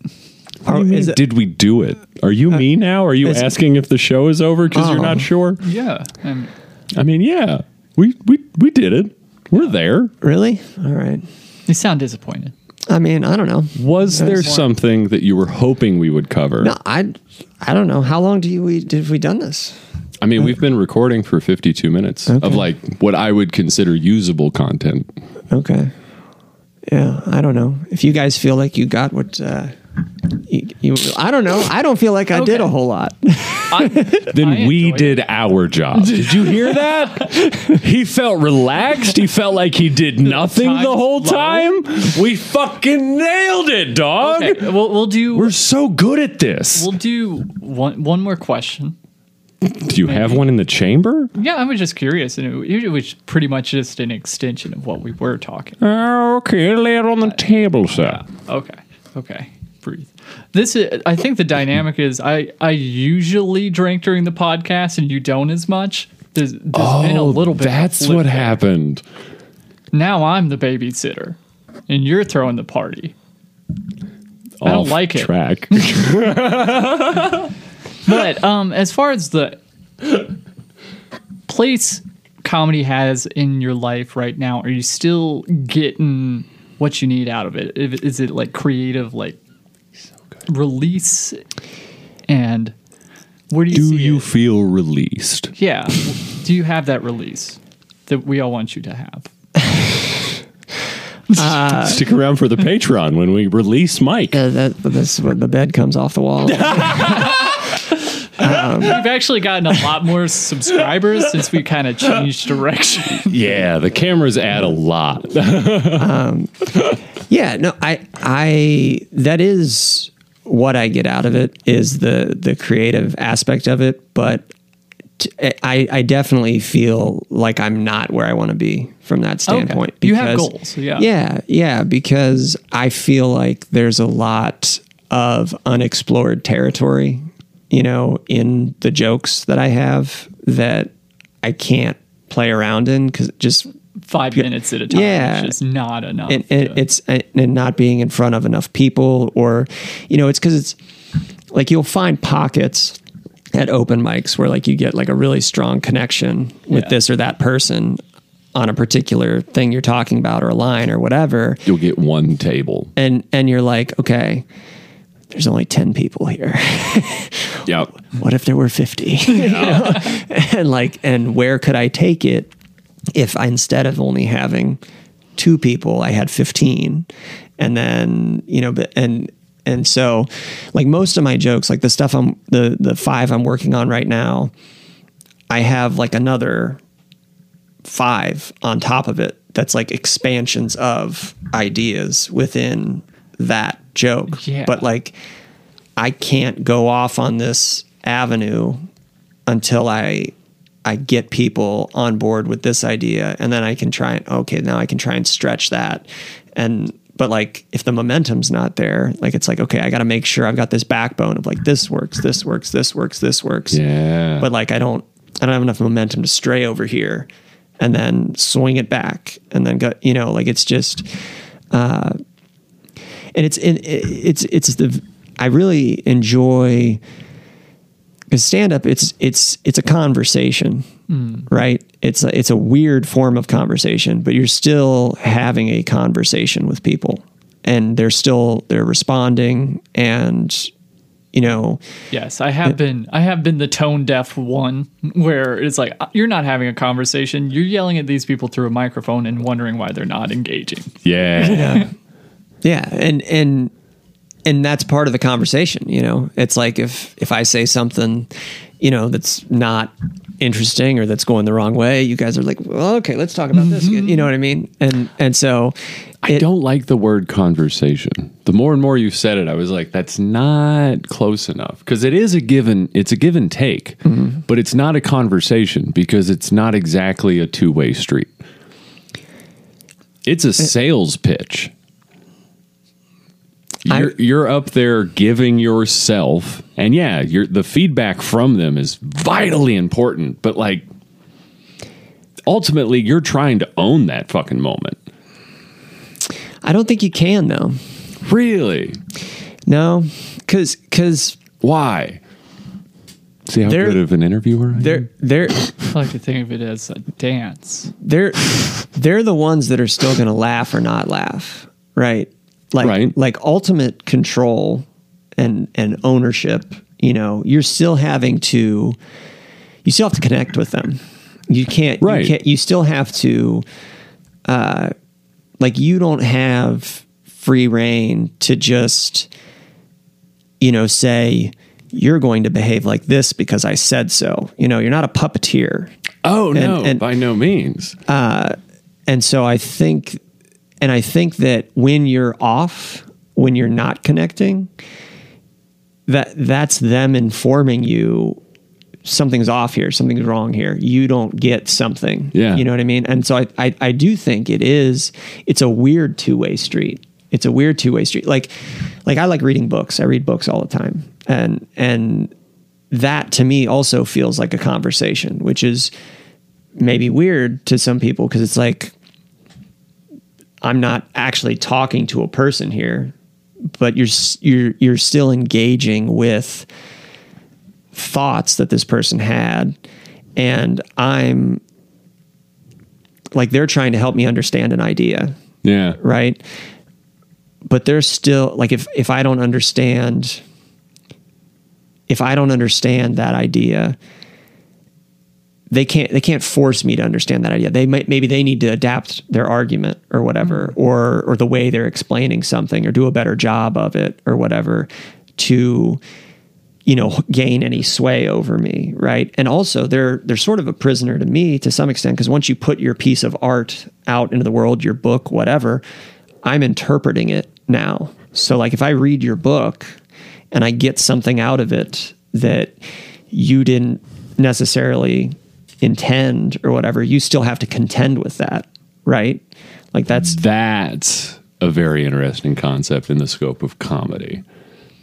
Speaker 3: Are- Oh, is it- Uh,
Speaker 2: Did we do it? Are you me now? Are you
Speaker 3: it's-
Speaker 2: asking if the show is over because you're
Speaker 3: Oh.
Speaker 2: not sure?
Speaker 1: Yeah. Um,
Speaker 2: I mean, yeah, we we we did it. We're there.
Speaker 3: really? All right.
Speaker 1: you sound disappointed.
Speaker 3: I mean, I don't know.
Speaker 2: Was there something that you were hoping we would cover?
Speaker 3: No, I, I don't know. How long do you we did we done this?
Speaker 2: I mean, we've been recording for 52 minutes of like what I would consider usable content.
Speaker 3: Okay. Yeah, I don't know. If you guys feel like you got what, uh, you, you I don't know. I don't feel like I did
Speaker 1: Okay.
Speaker 3: a whole lot.
Speaker 2: Then
Speaker 1: I
Speaker 2: we
Speaker 1: enjoyed
Speaker 2: did our job. Did you hear that? he felt relaxed. He felt like he did nothing
Speaker 1: time's
Speaker 2: the whole
Speaker 1: low.
Speaker 2: time. We fucking nailed it, dog.
Speaker 1: Okay. We'll we'll do
Speaker 2: We're so good at this.
Speaker 1: we'll do one one more question.
Speaker 2: Do you have one in the chamber?
Speaker 1: Yeah, I was just curious, and it, it was pretty much just an extension of what we were talking.
Speaker 2: Okay, lay it on the table, sir.
Speaker 1: Okay. Okay. breathe. This is, I think the dynamic is I I usually drink during the podcast and you don't as much. There's, there's been a little bit. of a
Speaker 2: Oh, that's
Speaker 1: flip
Speaker 2: what
Speaker 1: there.
Speaker 2: happened.
Speaker 1: Now I'm the babysitter, and you're throwing the party. I don't
Speaker 2: Off
Speaker 1: like it.
Speaker 2: Track.
Speaker 1: But um, as far as the place comedy has in your life right now, are you still getting what you need out of it? If- Is it like creative, like release? And where do you
Speaker 2: Do
Speaker 1: see
Speaker 2: you
Speaker 1: it?
Speaker 2: feel released?
Speaker 1: Yeah. Do you have that release that we all want you to have? Uh,
Speaker 2: Stick around for the Patreon when we release Mike.
Speaker 3: Uh, that, that's where the bed comes off the wall.
Speaker 1: We've actually gotten a lot more subscribers since we kind of changed direction.
Speaker 2: Yeah, the cameras add a lot.
Speaker 3: Yeah, no, I I that is what I get out of it is the the creative aspect of it, but t- eh, I I definitely feel like I'm not where I want to be from that standpoint.
Speaker 1: You have goals, yeah.
Speaker 3: yeah, yeah, because I feel like there's a lot of unexplored territory, you know, in the jokes that I have that I can't play around in because just
Speaker 1: Five minutes at a time
Speaker 3: Yeah.
Speaker 1: is just not enough.
Speaker 3: and, and
Speaker 1: to-
Speaker 3: it's and, and not being in front of enough people or you know it's because it's like you'll find pockets at open mics where like you get like a really strong connection with
Speaker 1: Yeah.
Speaker 3: this or that person on a particular thing you're talking about or a line or whatever
Speaker 2: You'll get one table.
Speaker 3: and and you're like okay there's only 10 people here
Speaker 2: Yep.
Speaker 3: what if there were 50 You know? and like and where could i take it if I, instead of only having two people i had 15 and then you know but and and so like most of my jokes like the stuff i'm the the five i'm working on right now i have like another five on top of it that's like expansions of ideas within that joke
Speaker 1: Yeah.
Speaker 3: but like I can't go off on this avenue until I I get people on board with this idea and then I can try and okay, now I can try and stretch that. And but like if the momentum's not there, like it's like okay, I got to make sure I've got this backbone of like this works, this works, this works, this works.
Speaker 2: Yeah.
Speaker 3: But like I don't I don't have enough momentum to stray over here and then swing it back and then go, you know, like it's just uh, and it's in it's it's the I really enjoy because stand up it's it's it's a conversation right it's a, it's a weird form of conversation but you're still having a conversation with people and they're still they're responding and you know
Speaker 1: Yes, I have been. I have been the tone deaf one, where it's like "Uh, you're not having a conversation. You're yelling at these people through a microphone and wondering why they're not engaging.
Speaker 2: yeah.
Speaker 3: Yeah, and and and that's part of the conversation. You know, it's like if if I say something, you know, that's not interesting or that's going the wrong way, you guys are like, well, okay, let's talk about this. You know what I mean? And and so,
Speaker 2: I
Speaker 3: it-
Speaker 2: don't like the word conversation. The more and more you said it, I was like, that's not close enough because it is a given. It's a give and take,
Speaker 3: Mm-hmm.
Speaker 2: but it's not a conversation because it's not exactly a two way street. It's a sales pitch.
Speaker 3: I-
Speaker 2: You're, you're up there giving yourself, and yeah, you're, the feedback from them is vitally important. But like, ultimately, you're trying to own that fucking moment.
Speaker 3: I don't think you can though.
Speaker 2: Really?
Speaker 3: No, because because
Speaker 2: Why? See how
Speaker 3: There-
Speaker 2: good of an interviewer I am?
Speaker 3: they're they're
Speaker 1: I like to think of it as a dance.
Speaker 3: they're they're the ones that are still going to laugh or not laugh, right? Like
Speaker 2: Right.
Speaker 3: like ultimate control and and ownership. You know, you're still having to you still have to connect with them. You can't
Speaker 2: Right.
Speaker 3: You, can't, you still have to uh, like you don't have free reign to just you know say you're going to behave like this because I said so. You know, you're not a puppeteer.
Speaker 2: Oh, no,
Speaker 3: and-
Speaker 2: by no means.
Speaker 3: And so I think, and I think that when you're off, when you're not connecting, that that's them informing you something's off here, something's wrong here. You don't get something.
Speaker 2: Yeah.
Speaker 3: You know what I mean? And so I, I, I do think it is, it's a weird two way street. it's a weird two way street. Like, like I like reading books. I read books all the time, and and that to me also feels like a conversation, which is maybe weird to some people because it's like I'm not actually talking to a person here, but you're s- you're you're still engaging with thoughts that this person had, and I'm like they're trying to help me understand an idea,
Speaker 2: Yeah.
Speaker 3: right? But they're still like if if I don't understand if I don't understand that idea, they can't they can't force me to understand that idea. They might maybe they need to adapt their argument or whatever, or or the way they're explaining something, or do a better job of it or whatever, to you know gain any sway over me, right? And also they're they're sort of a prisoner to me to some extent because once you put your piece of art out into the world, your book, whatever, I'm interpreting it now. So like if I read your book and I get something out of it that you didn't necessarily intend or whatever, you still have to contend with that, right? Like that's
Speaker 2: That's a very interesting concept in the scope of comedy.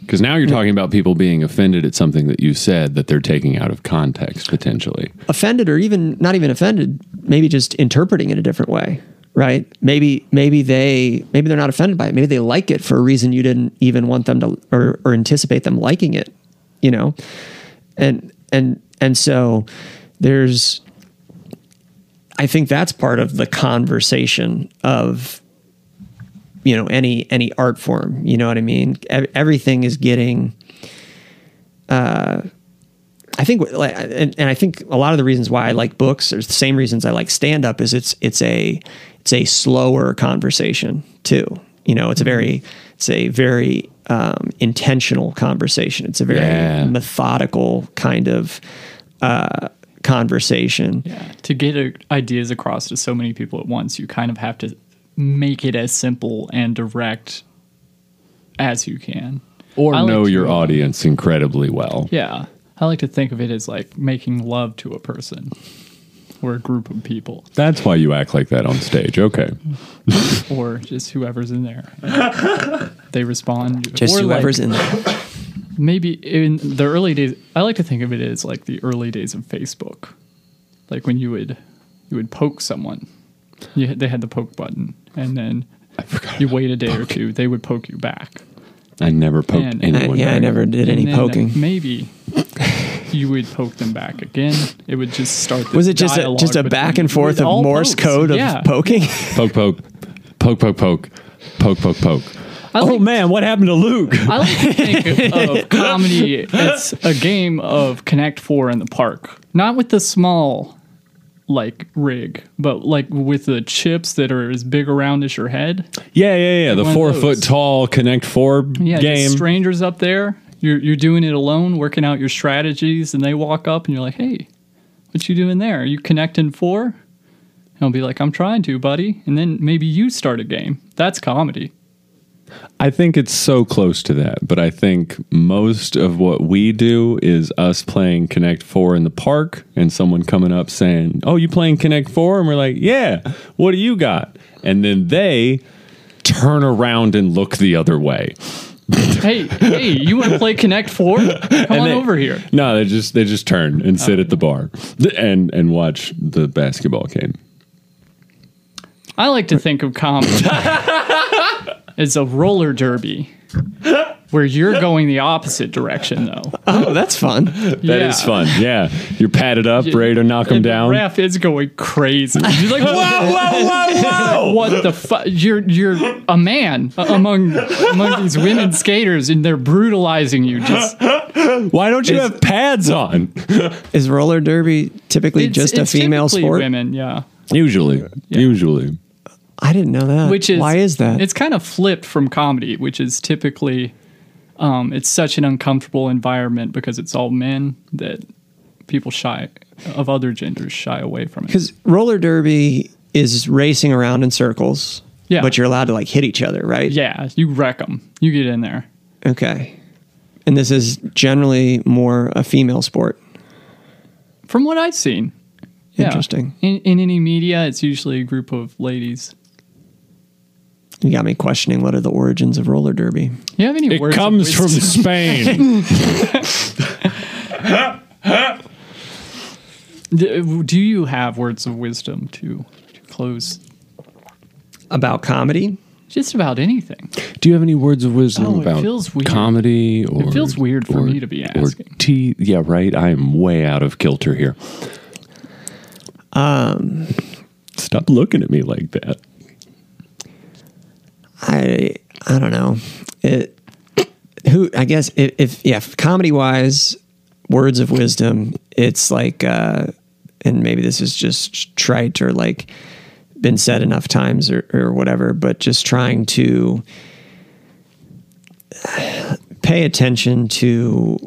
Speaker 2: Because now you're talking about people being offended at something that you said that they're taking out of context potentially.
Speaker 3: offended or even not even offended, maybe just interpreting it a different way, right? Maybe maybe they maybe they're not offended by it. Maybe they like it for a reason you didn't even want them to or, or anticipate them liking it, you know? And and and so there's I think that's part of the conversation of you know any any art form, you know what I mean? Ev- everything is getting uh, I think, like, and, and I think a lot of the reasons why I like books are the same reasons I like stand up. Is it's it's a it's a slower conversation too. You know, it's a very it's a very um, intentional conversation. It's a very
Speaker 2: Yeah.
Speaker 3: methodical kind of uh, conversation.
Speaker 1: Yeah, to get uh ideas across to so many people at once, you kind of have to make it as simple and direct as you can.
Speaker 2: Or
Speaker 1: I like
Speaker 2: know
Speaker 1: to-
Speaker 2: your audience incredibly well.
Speaker 1: Yeah, I like to think of it as like making love to a person or a group of people
Speaker 2: That's why you act like that on stage. Okay.
Speaker 1: or just whoever's in there. they respond.
Speaker 3: Just
Speaker 1: or
Speaker 3: whoever's
Speaker 1: like,
Speaker 3: in there.
Speaker 1: Maybe in the early days, I like to think of it as like the early days of Facebook, like when you would you would poke someone. You, had- they had the poke button, and then
Speaker 2: I forgot.
Speaker 1: you wait a day or two, they would poke you back.
Speaker 2: I never poked
Speaker 1: Man,
Speaker 3: I,
Speaker 2: anyone.
Speaker 3: yeah, I
Speaker 2: back.
Speaker 3: never did any
Speaker 1: And then uh,
Speaker 3: poking.
Speaker 1: Maybe you would poke them back again. It would just start. This
Speaker 3: Was it just a,
Speaker 1: dialogue
Speaker 3: just a
Speaker 1: between-
Speaker 3: back and forth of
Speaker 1: All
Speaker 3: Morse
Speaker 1: pokes,
Speaker 3: code of
Speaker 1: yeah.
Speaker 3: poking?
Speaker 2: Poke, poke, poke, poke, poke, poke, poke, poke.
Speaker 1: I like,
Speaker 2: Oh, man, what happened to Luke?
Speaker 1: I like to think of, of comedy as a game of Connect Four in the park, not with the small like rig, but like with the chips that are as big around as your head.
Speaker 2: Yeah, yeah, yeah. The
Speaker 1: One of
Speaker 2: four
Speaker 1: those.
Speaker 2: foot tall Connect Four
Speaker 1: Yeah,
Speaker 2: game.
Speaker 1: just strangers up there. You're you're doing it alone, working out your strategies, and they walk up and you're like, "Hey, what you doing there? Are you connecting four? And I'll be like, "I'm trying to, buddy." And then maybe you start a game. That's comedy.
Speaker 2: I think it's so close to that, but I think most of what we do is us playing Connect Four in the park and someone coming up saying, Oh, you playing Connect Four? And we're like, Yeah, what do you got? And then they turn around and look the other way.
Speaker 1: hey, hey, you want to play Connect Four? Come on
Speaker 2: they-
Speaker 1: over here.
Speaker 2: No, they just they just turn and sit at the bar and and watch the basketball game.
Speaker 1: I like to think of comedy as a roller derby. Where you're going the opposite direction, though.
Speaker 3: Oh, that's fun.
Speaker 2: That
Speaker 1: Yeah.
Speaker 2: is fun. Yeah, you're padded up, ready to knock them
Speaker 1: And the
Speaker 2: down.
Speaker 1: Ref is going crazy. He's like, "Whoa,
Speaker 2: whoa, whoa, whoa!
Speaker 1: what the fuck? You're you're a man a- among among these women skaters, and they're brutalizing you. Just
Speaker 2: Why don't you have pads on?
Speaker 3: Is roller derby typically
Speaker 1: it's-
Speaker 3: just a
Speaker 1: it's
Speaker 3: female
Speaker 1: typically
Speaker 3: sport?
Speaker 1: Women, yeah.
Speaker 2: Usually, usually.
Speaker 3: I didn't know that.
Speaker 1: Which is
Speaker 3: why is that?
Speaker 1: It's kind of flipped from comedy, which is typically um, it's such an uncomfortable environment because it's all men that people shy of other genders shy away from it.
Speaker 3: because roller derby is racing around in circles.
Speaker 1: Yeah.
Speaker 3: But you're allowed to like hit each other, right?
Speaker 1: Yeah, you wreck them. You get in there.
Speaker 3: Okay. And this is generally more a female sport.
Speaker 1: From what I've seen, yeah.
Speaker 3: Interesting.
Speaker 1: In, in any media, it's usually a group of ladies.
Speaker 3: You got me questioning what are the origins of roller derby.
Speaker 1: You have any
Speaker 2: It
Speaker 1: words of
Speaker 2: comes from
Speaker 1: wisdom?
Speaker 2: Spain.
Speaker 1: D- Do you have words of wisdom to, to close
Speaker 3: About comedy?
Speaker 1: just about anything?
Speaker 2: Do you have any words of wisdom
Speaker 1: Oh, it
Speaker 2: about
Speaker 1: feels weird.
Speaker 2: comedy or
Speaker 1: feels weird for
Speaker 2: or-
Speaker 1: me to be
Speaker 2: or
Speaker 1: asking.
Speaker 2: tea? Yeah, right. I am way out of kilter here. Stop looking at me like that.
Speaker 3: I I don't know. It who I guess if, if yeah, comedy wise, words of wisdom, it's like uh and maybe this is just trite or like been said enough times or, or whatever, but just trying to pay attention to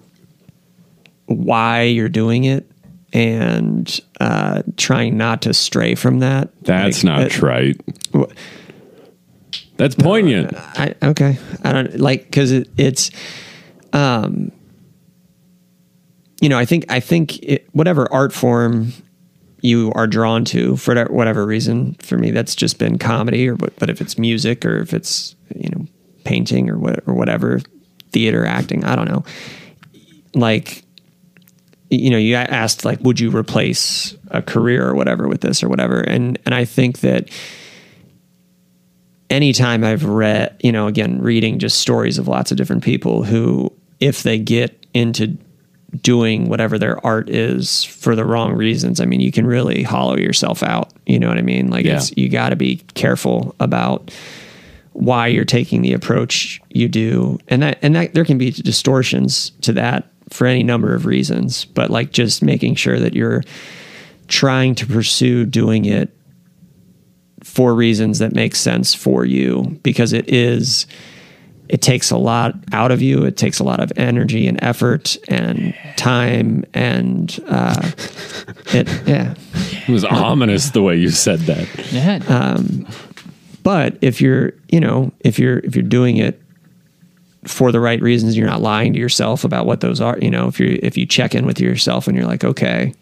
Speaker 3: why you're doing it and uh, trying not to stray from that.
Speaker 2: That's
Speaker 3: Like,
Speaker 2: not
Speaker 3: uh,
Speaker 2: trite.
Speaker 3: wh-
Speaker 2: That's poignant.
Speaker 3: I okay. I don't like because it, it's, um, you know, I think I think it, whatever art form you are drawn to for that- whatever reason, for me that's just been comedy, or but, but if it's music or if it's you know painting or what or whatever, theater acting, I don't know. Like, you know, you asked like, would you replace a career or whatever with this or whatever, and and I think that anytime I've read, you know, again, reading just stories of lots of different people who, if they get into doing whatever their art is for the wrong reasons, I mean, you can really hollow yourself out. You know what I mean? Like,
Speaker 2: Yeah.
Speaker 3: it's, you got to be careful about why you're taking the approach you do. And that, and that there can be distortions to that for any number of reasons, but like just making sure that you're trying to pursue doing it for reasons that make sense for you because it is it takes a lot out of you it takes a lot of energy and effort and time and uh it yeah
Speaker 2: It was ominous the way you said that.
Speaker 1: Yeah,
Speaker 3: Uh, but if you're you know if you're if you're doing it for the right reasons you're not lying to yourself about what those are you know if you if you check in with yourself and you're like okay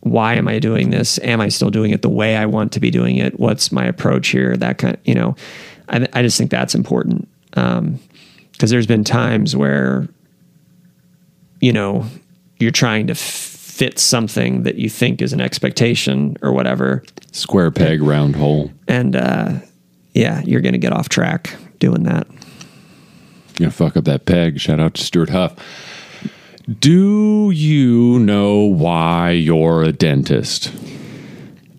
Speaker 3: why am i doing this am i still doing it the way i want to be doing it what's my approach here that kind you know i, I just think that's important Um 'cause because there's been times where you know you're trying to fit something that you think is an expectation or whatever
Speaker 2: Square peg, round hole.
Speaker 3: and uh, yeah, you're going to get off track doing that.
Speaker 2: You're gonna fuck up that peg. Shout out to Stuart Huff. Do you know why you're a dentist?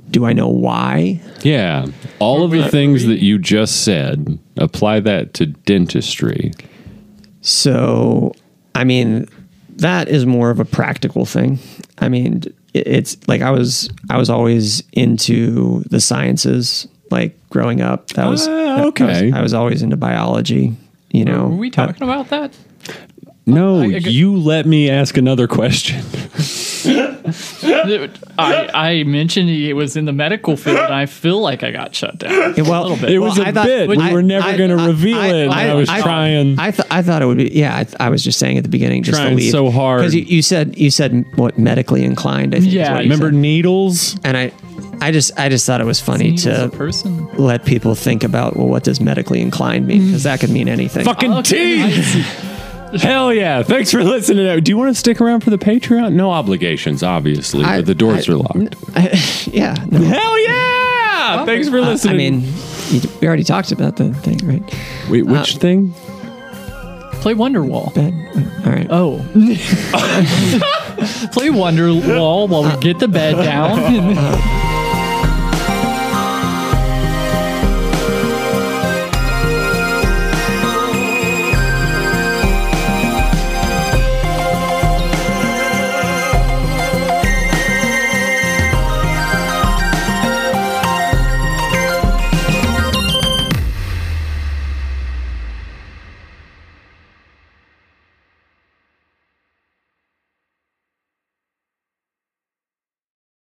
Speaker 3: Do I know why?
Speaker 2: Yeah. All of the things that you just said, apply that to dentistry.
Speaker 3: So, I mean, that is more of a practical thing. I mean, it- it's like I was I was always into the sciences like growing up. That was
Speaker 2: Ah,
Speaker 3: that- that was-
Speaker 2: okay.
Speaker 3: I was always into biology, you know.
Speaker 1: were we talking about that?
Speaker 2: No,
Speaker 1: I- I g-
Speaker 2: you let me ask another question.
Speaker 1: Dude, I, I mentioned it was in the medical field, and I feel like I got shut down.
Speaker 3: Yeah, well,
Speaker 2: It was
Speaker 3: a
Speaker 2: a bit. We were never gonna reveal it, and I was trying.
Speaker 3: I, th- I thought it would be. Yeah, I, th- I was just saying at the beginning, just
Speaker 2: Trying
Speaker 3: to leave.
Speaker 2: so hard.
Speaker 3: because you, you said you said what medically inclined. I think is
Speaker 1: Yeah,
Speaker 3: what you
Speaker 2: Remember needles?
Speaker 3: said. and I, I just I just thought it was funny
Speaker 1: He was a
Speaker 3: to
Speaker 1: person.
Speaker 3: let people think about well, what does medically inclined mean? Because that could mean anything.
Speaker 2: Mm. Fucking
Speaker 1: Okay, I
Speaker 2: teeth!
Speaker 1: see.
Speaker 2: Hell yeah. Thanks for listening. Do you want to stick around for the Patreon? No obligations, obviously,
Speaker 3: I-
Speaker 2: but the doors
Speaker 3: I-
Speaker 2: are locked.
Speaker 3: yeah. No.
Speaker 2: Hell yeah! Thanks for
Speaker 3: Uh,
Speaker 2: listening.
Speaker 3: I mean, you, we already talked about the thing, right?
Speaker 2: Wait, which
Speaker 3: uh,
Speaker 2: thing?
Speaker 1: Play Wonderwall.
Speaker 3: Bed. uh, All right.
Speaker 1: Oh. Play Wonderwall while we get the bed down.